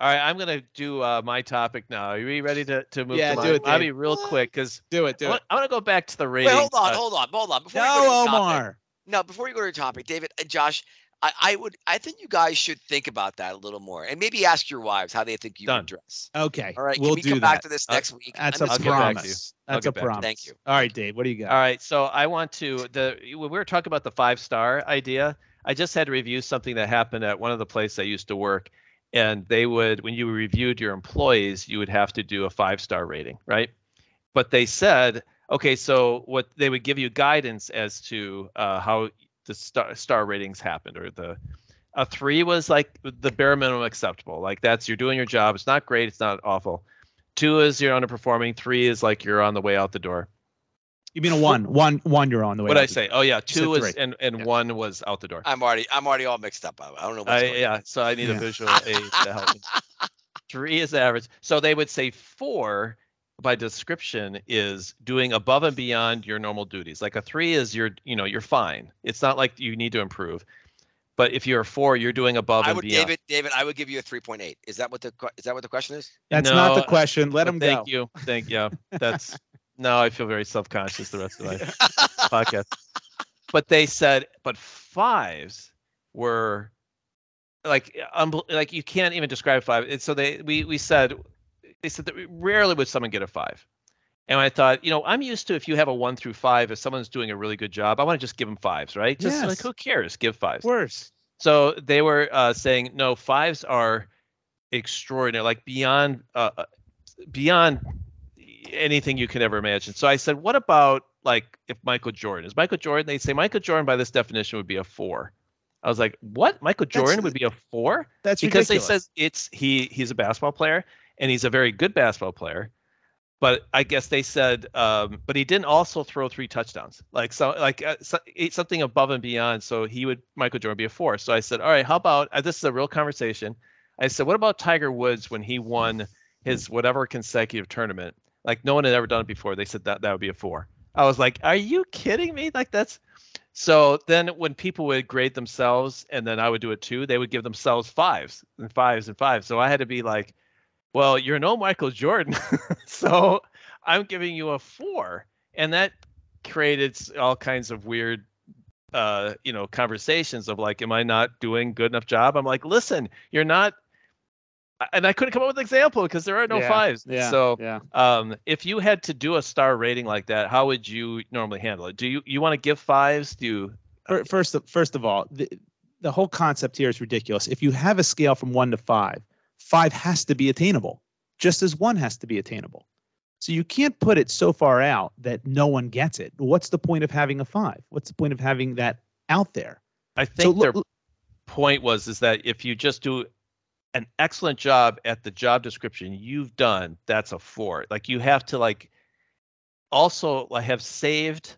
All right. I'm gonna do uh, my topic now. Are you ready to to move? Yeah, to do mine? it, I'll Dave. be real quick because Do it, I want to go back to the Wait, ratings. hold on, uh, hold on, hold on. Before you go to No, your topic- Omar. no, before you go to your topic, David, uh, Josh, I, I would, I think you guys should think about that a little more, and maybe ask your wives how they think you Done. would dress. Okay, All right, can we'll we do come that. Uh, back to this I'll- next week? That's I'm a just I'll get back to you. promise. I'll That's a get back to you. Uh, promise. Thank you. All right, Dave. What do you got? All right, so I want to the when we were talking about the five star idea. I just had to review something that happened at one of the places I used to work, and they would when you reviewed your employees, you would have to do a five star rating, right? But they said, okay, so what they would give you guidance as to uh, how the star star ratings happened, or the a three was like the bare minimum acceptable, like that's you're doing your job. It's not great, it's not awful. Two is you're underperforming. Three is like you're on the way out the door. You mean a one, one, one? You're on the way. What out I the- say? Oh yeah, said two was three. and and Yeah. one was out the door. I'm already, I'm already all mixed up. I I don't know what's I, going on. yeah, so I need Yeah. a visual aid to help. me. Three is average. So they would say four by description is doing above and beyond your normal duties. Like a three is you're you know you're fine. It's not like you need to improve. But if you're a four, you're doing above I and would, beyond. David, David, I would give you a 3.8. Is that what the que- is that what the question is? That's not the No, question. Let But him go. thank you. Thank yeah. That's no, I feel very self-conscious the rest of my podcast. But they said, but fives were like um, like you can't even describe five. And so they we we said they said that rarely would someone get a five. And I thought, you know, I'm used to if you have a one through five, if someone's doing a really good job, I want to just give them fives, right? Just Yes. like who cares? Give fives. Worse. So they were uh, saying no, fives are extraordinary, like beyond uh, uh, beyond anything you can ever imagine. So I said, what about like if Michael Jordan is Michael Jordan? They say Michael Jordan by this definition would be a four. I was like, what? Michael That's- Jordan would be a four? That's because ridiculous. they says it's he he's a basketball player and he's a very good basketball player but i guess they said um, but he didn't also throw three touchdowns like so like uh, so, it's something above and beyond so he would michael jordan would be a four so i said all right how about uh, this is a real conversation i said what about tiger woods when he won his whatever consecutive tournament like no one had ever done it before they said that that would be a four i was like are you kidding me like that's so then when people would grade themselves and then I would do it too, they would give themselves fives and fives and fives. So I had to be like, well, you're no Michael Jordan. so I'm giving you a four. And that created s- all kinds of weird uh you know conversations of like am i not doing good enough job i'm like listen you're not and i couldn't come up with an example because there are no Yeah, fives Yeah. so yeah. um, if you had to do a star rating like that, how would you normally handle it? Do you you want to give fives? Do you, Fir- First, of, first of all, the, the whole concept here is ridiculous. If you have a scale from one to five, five has to be attainable, just as one has to be attainable. So you can't put it so far out that no one gets it. What's the point of having a five? What's the point of having that out there? I think so their look, look- point was is that if you just do an excellent job at the job description you've done, that's a four. Like you have to like also like have saved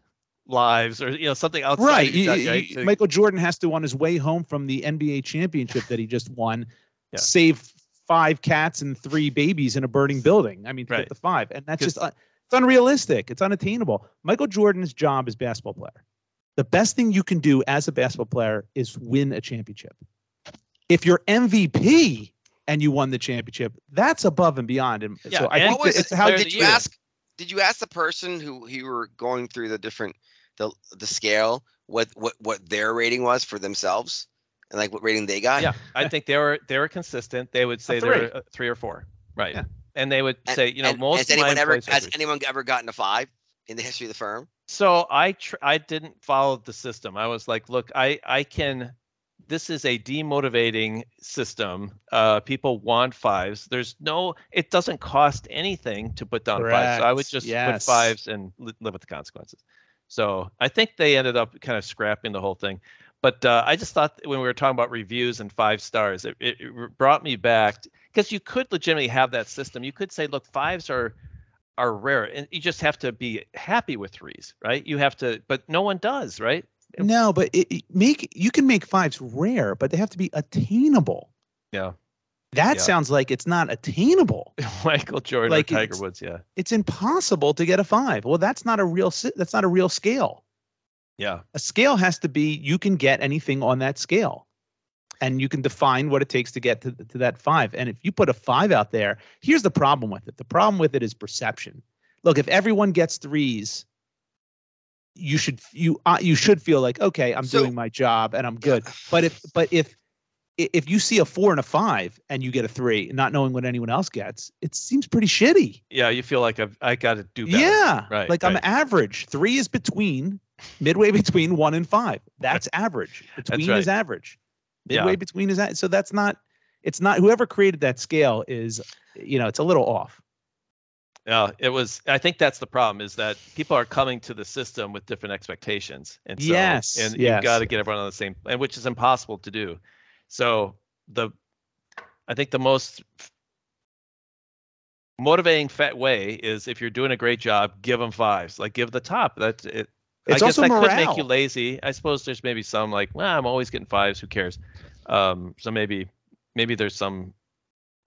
lives or you know something outside. right. of your you- job, you- To- Michael Jordan has to, on his way home from the NBA championship that he just won, Yeah. save five cats and three babies in a burning building. I mean, to Right. get the five. And that's Because- just, un- it's unrealistic. It's unattainable. Michael Jordan's job as basketball player. The best thing you can do as a basketball player is win a championship. If you're MVP and you won the championship, that's above and beyond. And Yeah, so I and think what was that it's it? how Player of did the you year. ask? Did you ask the person who who you were going through the different the the scale what what what their rating was for themselves and like what rating they got? yeah, I think they were they were consistent. They would say they three. were uh, three or four, right? Yeah. And they would And- say, you know, and most has of my anyone ever employees are has three. anyone ever gotten a five in the history of the firm? So I tr- I didn't follow the system. I was like, look, I I can. This is a demotivating system. Uh, people want fives. There's no. It doesn't cost anything to put down fives. So I would Correct. just Yes. put fives and li- live with the consequences. So I think they ended up kind of scrapping the whole thing. But uh, I just thought that when we were talking about reviews and five stars, it, it, it brought me back because you could legitimately have that system. You could say, look, fives are are rare, and you just have to be happy with threes, right? You have to, but no one does, right? Yep. No, but it, it- make you can make fives rare, but they have to be attainable. Yeah. That Yeah. sounds like it's not attainable. Michael Jordan Like, or Tiger it's- Woods, yeah, It's impossible to get a five. Well, that's not a real si- that's not a real scale. yeah. A scale has to be you can get anything on that scale, and you can define what it takes to get to, to that five. And if you put a five out there, here's the problem with it. The problem with it is perception. Look, if everyone gets threes, you should you uh, you should feel like okay, I'm So- doing my job and I'm good. But if but if i- if you see a four and a five and you get a three, not knowing what anyone else gets, it seems pretty shitty. Yeah, you feel like I've, I got to do better. Yeah, Right, Like I'm right. average. Three is between, midway between one and five. That's average. Between right. is average. Yeah. Midway between is that. So that's not. It's not. Whoever created that scale is, you know, it's a little off. Yeah, it was. I think that's the problem is that people are coming to the system with different expectations, and so, Yes, and yes. you've got to get everyone on the same, and which is impossible to do. So the, I think the most motivating fat way is if you're doing a great job, give them fives, like give the top. That's it. I It's guess also that morale. could make you lazy. I suppose there's maybe some like, well, I'm always getting fives. Who cares? Um, so maybe, maybe there's some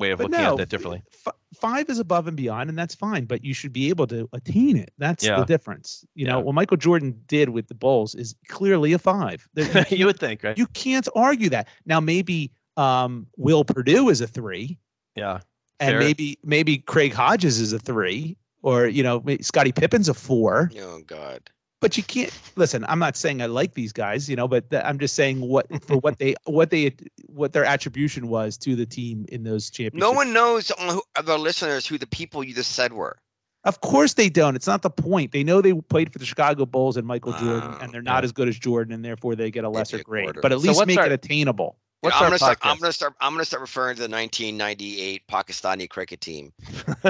way of But looking no, at that differently. f- five is above and beyond, and that's fine. But you should be able to attain it. That's Yeah. the difference. You know Yeah. what Michael Jordan did with the Bulls is clearly a five. There- you you would think, right? you can't argue that. Now maybe um, Will Purdue is a three, yeah. and Fair. maybe maybe Craig Hodges is a three, or you know may- Scottie Pippen's a four. Oh God. but you can't listen. I'm not saying I like these guys, you know, but th- I'm just saying what for what they what they what their attribution was to the team in those championships. No one knows on who, of our listeners who the people you just said were. Of course they don't. It's not the point. They know they played for the Chicago Bulls and Michael Jordan, Wow. and they're not as good as Jordan, and therefore they get a lesser a grade. quarter. But at So least what's make our- it attainable. What's I'm our gonna start. I'm podcast? gonna start. I'm gonna start referring to the 1998 Pakistani cricket team.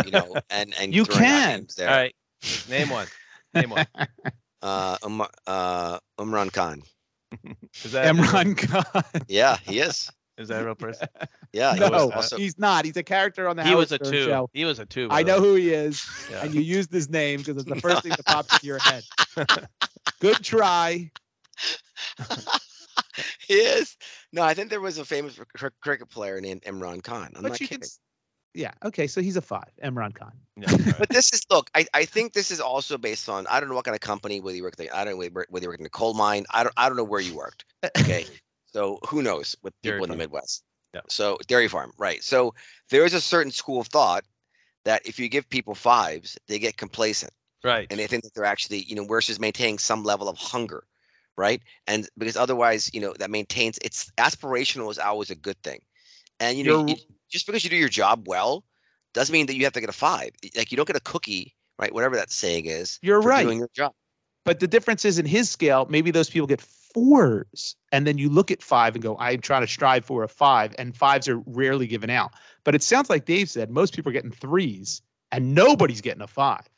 You know, and and You throwing out can. names there. All right, name one. Name one. Uh, Umar, uh, Umran Khan. Is that Emron Khan. Yeah, he is. Is that a real person? Yeah, he no, was also. he's not. He's a character on the he Howard was a Stern two. show. He was a two. by I the know way. who he is, Yeah. and you used his name because it's the first thing that pops into your head. Good try. he is. No, I think there was a famous cr- cricket player named Imran Khan. I'm not but you kidding. can. s- Yeah. Okay. So he's a five. Emron Khan. Yeah, all right. But this is look. I, I think this is also based on I don't know what kind of company whether you work. At the, I don't know whether you work in a coal mine. I don't I don't know where you worked. Okay, so who knows with people in Dairy the farm. Midwest. Yeah. So dairy farm, right? So there is a certain school of thought that if you give people fives, they get complacent right. and they think that they're actually you know versus maintaining some level of hunger, right? And because otherwise you know that maintains it's aspirational is always a good thing, and you know You're- you- just because you do your job well doesn't mean that you have to get a five. Like you don't get a cookie, right? Whatever that saying is. You're for right. Doing your job. But the difference is in his scale, maybe those people get fours. And then you look at five and go, I'm trying to strive for a five. And fives are rarely given out. But it sounds like Dave said most people are getting threes and nobody's getting a five.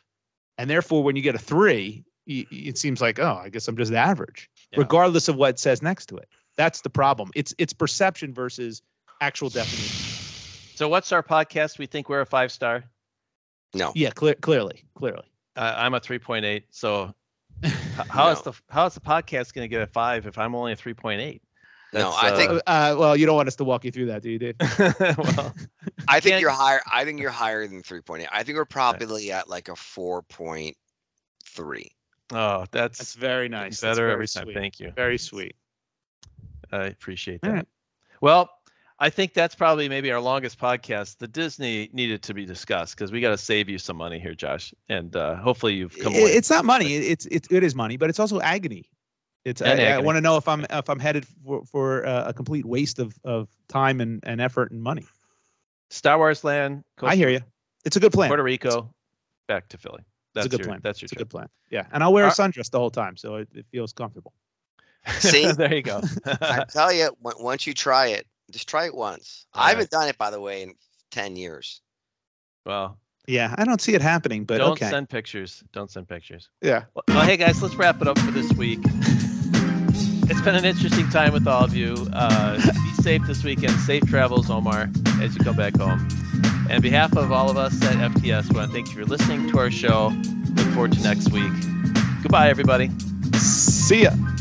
And therefore, when you get a three, y- y- it seems like, oh, I guess I'm just average, Yeah. regardless of what it says next to it. That's the problem. It's it's perception versus actual definition. So what's our podcast? We think we're a five star. No. Yeah, clear, clearly, clearly. Uh, I'm a 3.8. So h- how is No. the how is the podcast going to get a five if I'm only a 3.8? No, That's, I think- Uh, well, you don't want us to walk you through that, do you, Dave? well, I think can't- you're higher. I think you're higher than three point eight. I think we're probably at like a four point three. oh, that's, That's very nice. That's better very every time. sweet. Thank you. Very sweet. I appreciate All that. right. Well, I think that's probably maybe our longest podcast. The Disney needed to be discussed because we got to save you some money here, Josh, and uh, hopefully you've come It- away. it's not money. It- It's it, it is money, but it's also agony. It's I, And I agony. want to know if I'm if I'm headed for, for uh, a complete waste of, of time and, and effort and money. Star Wars Land. Costa- I hear you. It's a good plan. Puerto Rico, back to Philly. it's That's a good your, plan. That's your it's a trip. good plan. Yeah, and I'll wear a Uh, sundress the whole time, so it, it feels comfortable. See? there you go. I tell you, on- once you try it, just try it once. I Uh-huh. All haven't done it by the way in ten years. well, Yeah, I don't see it happening, but don't okay. send pictures. Don't send pictures. yeah, Well, well, hey guys, let's wrap it up for this week. It's been an interesting time with all of you. Uh, be safe this weekend. Safe travels, Omar, as you come back home. And on behalf of all of us at FTS, we want to thank you for listening to our show. Look forward to next week. Goodbye, everybody. see ya.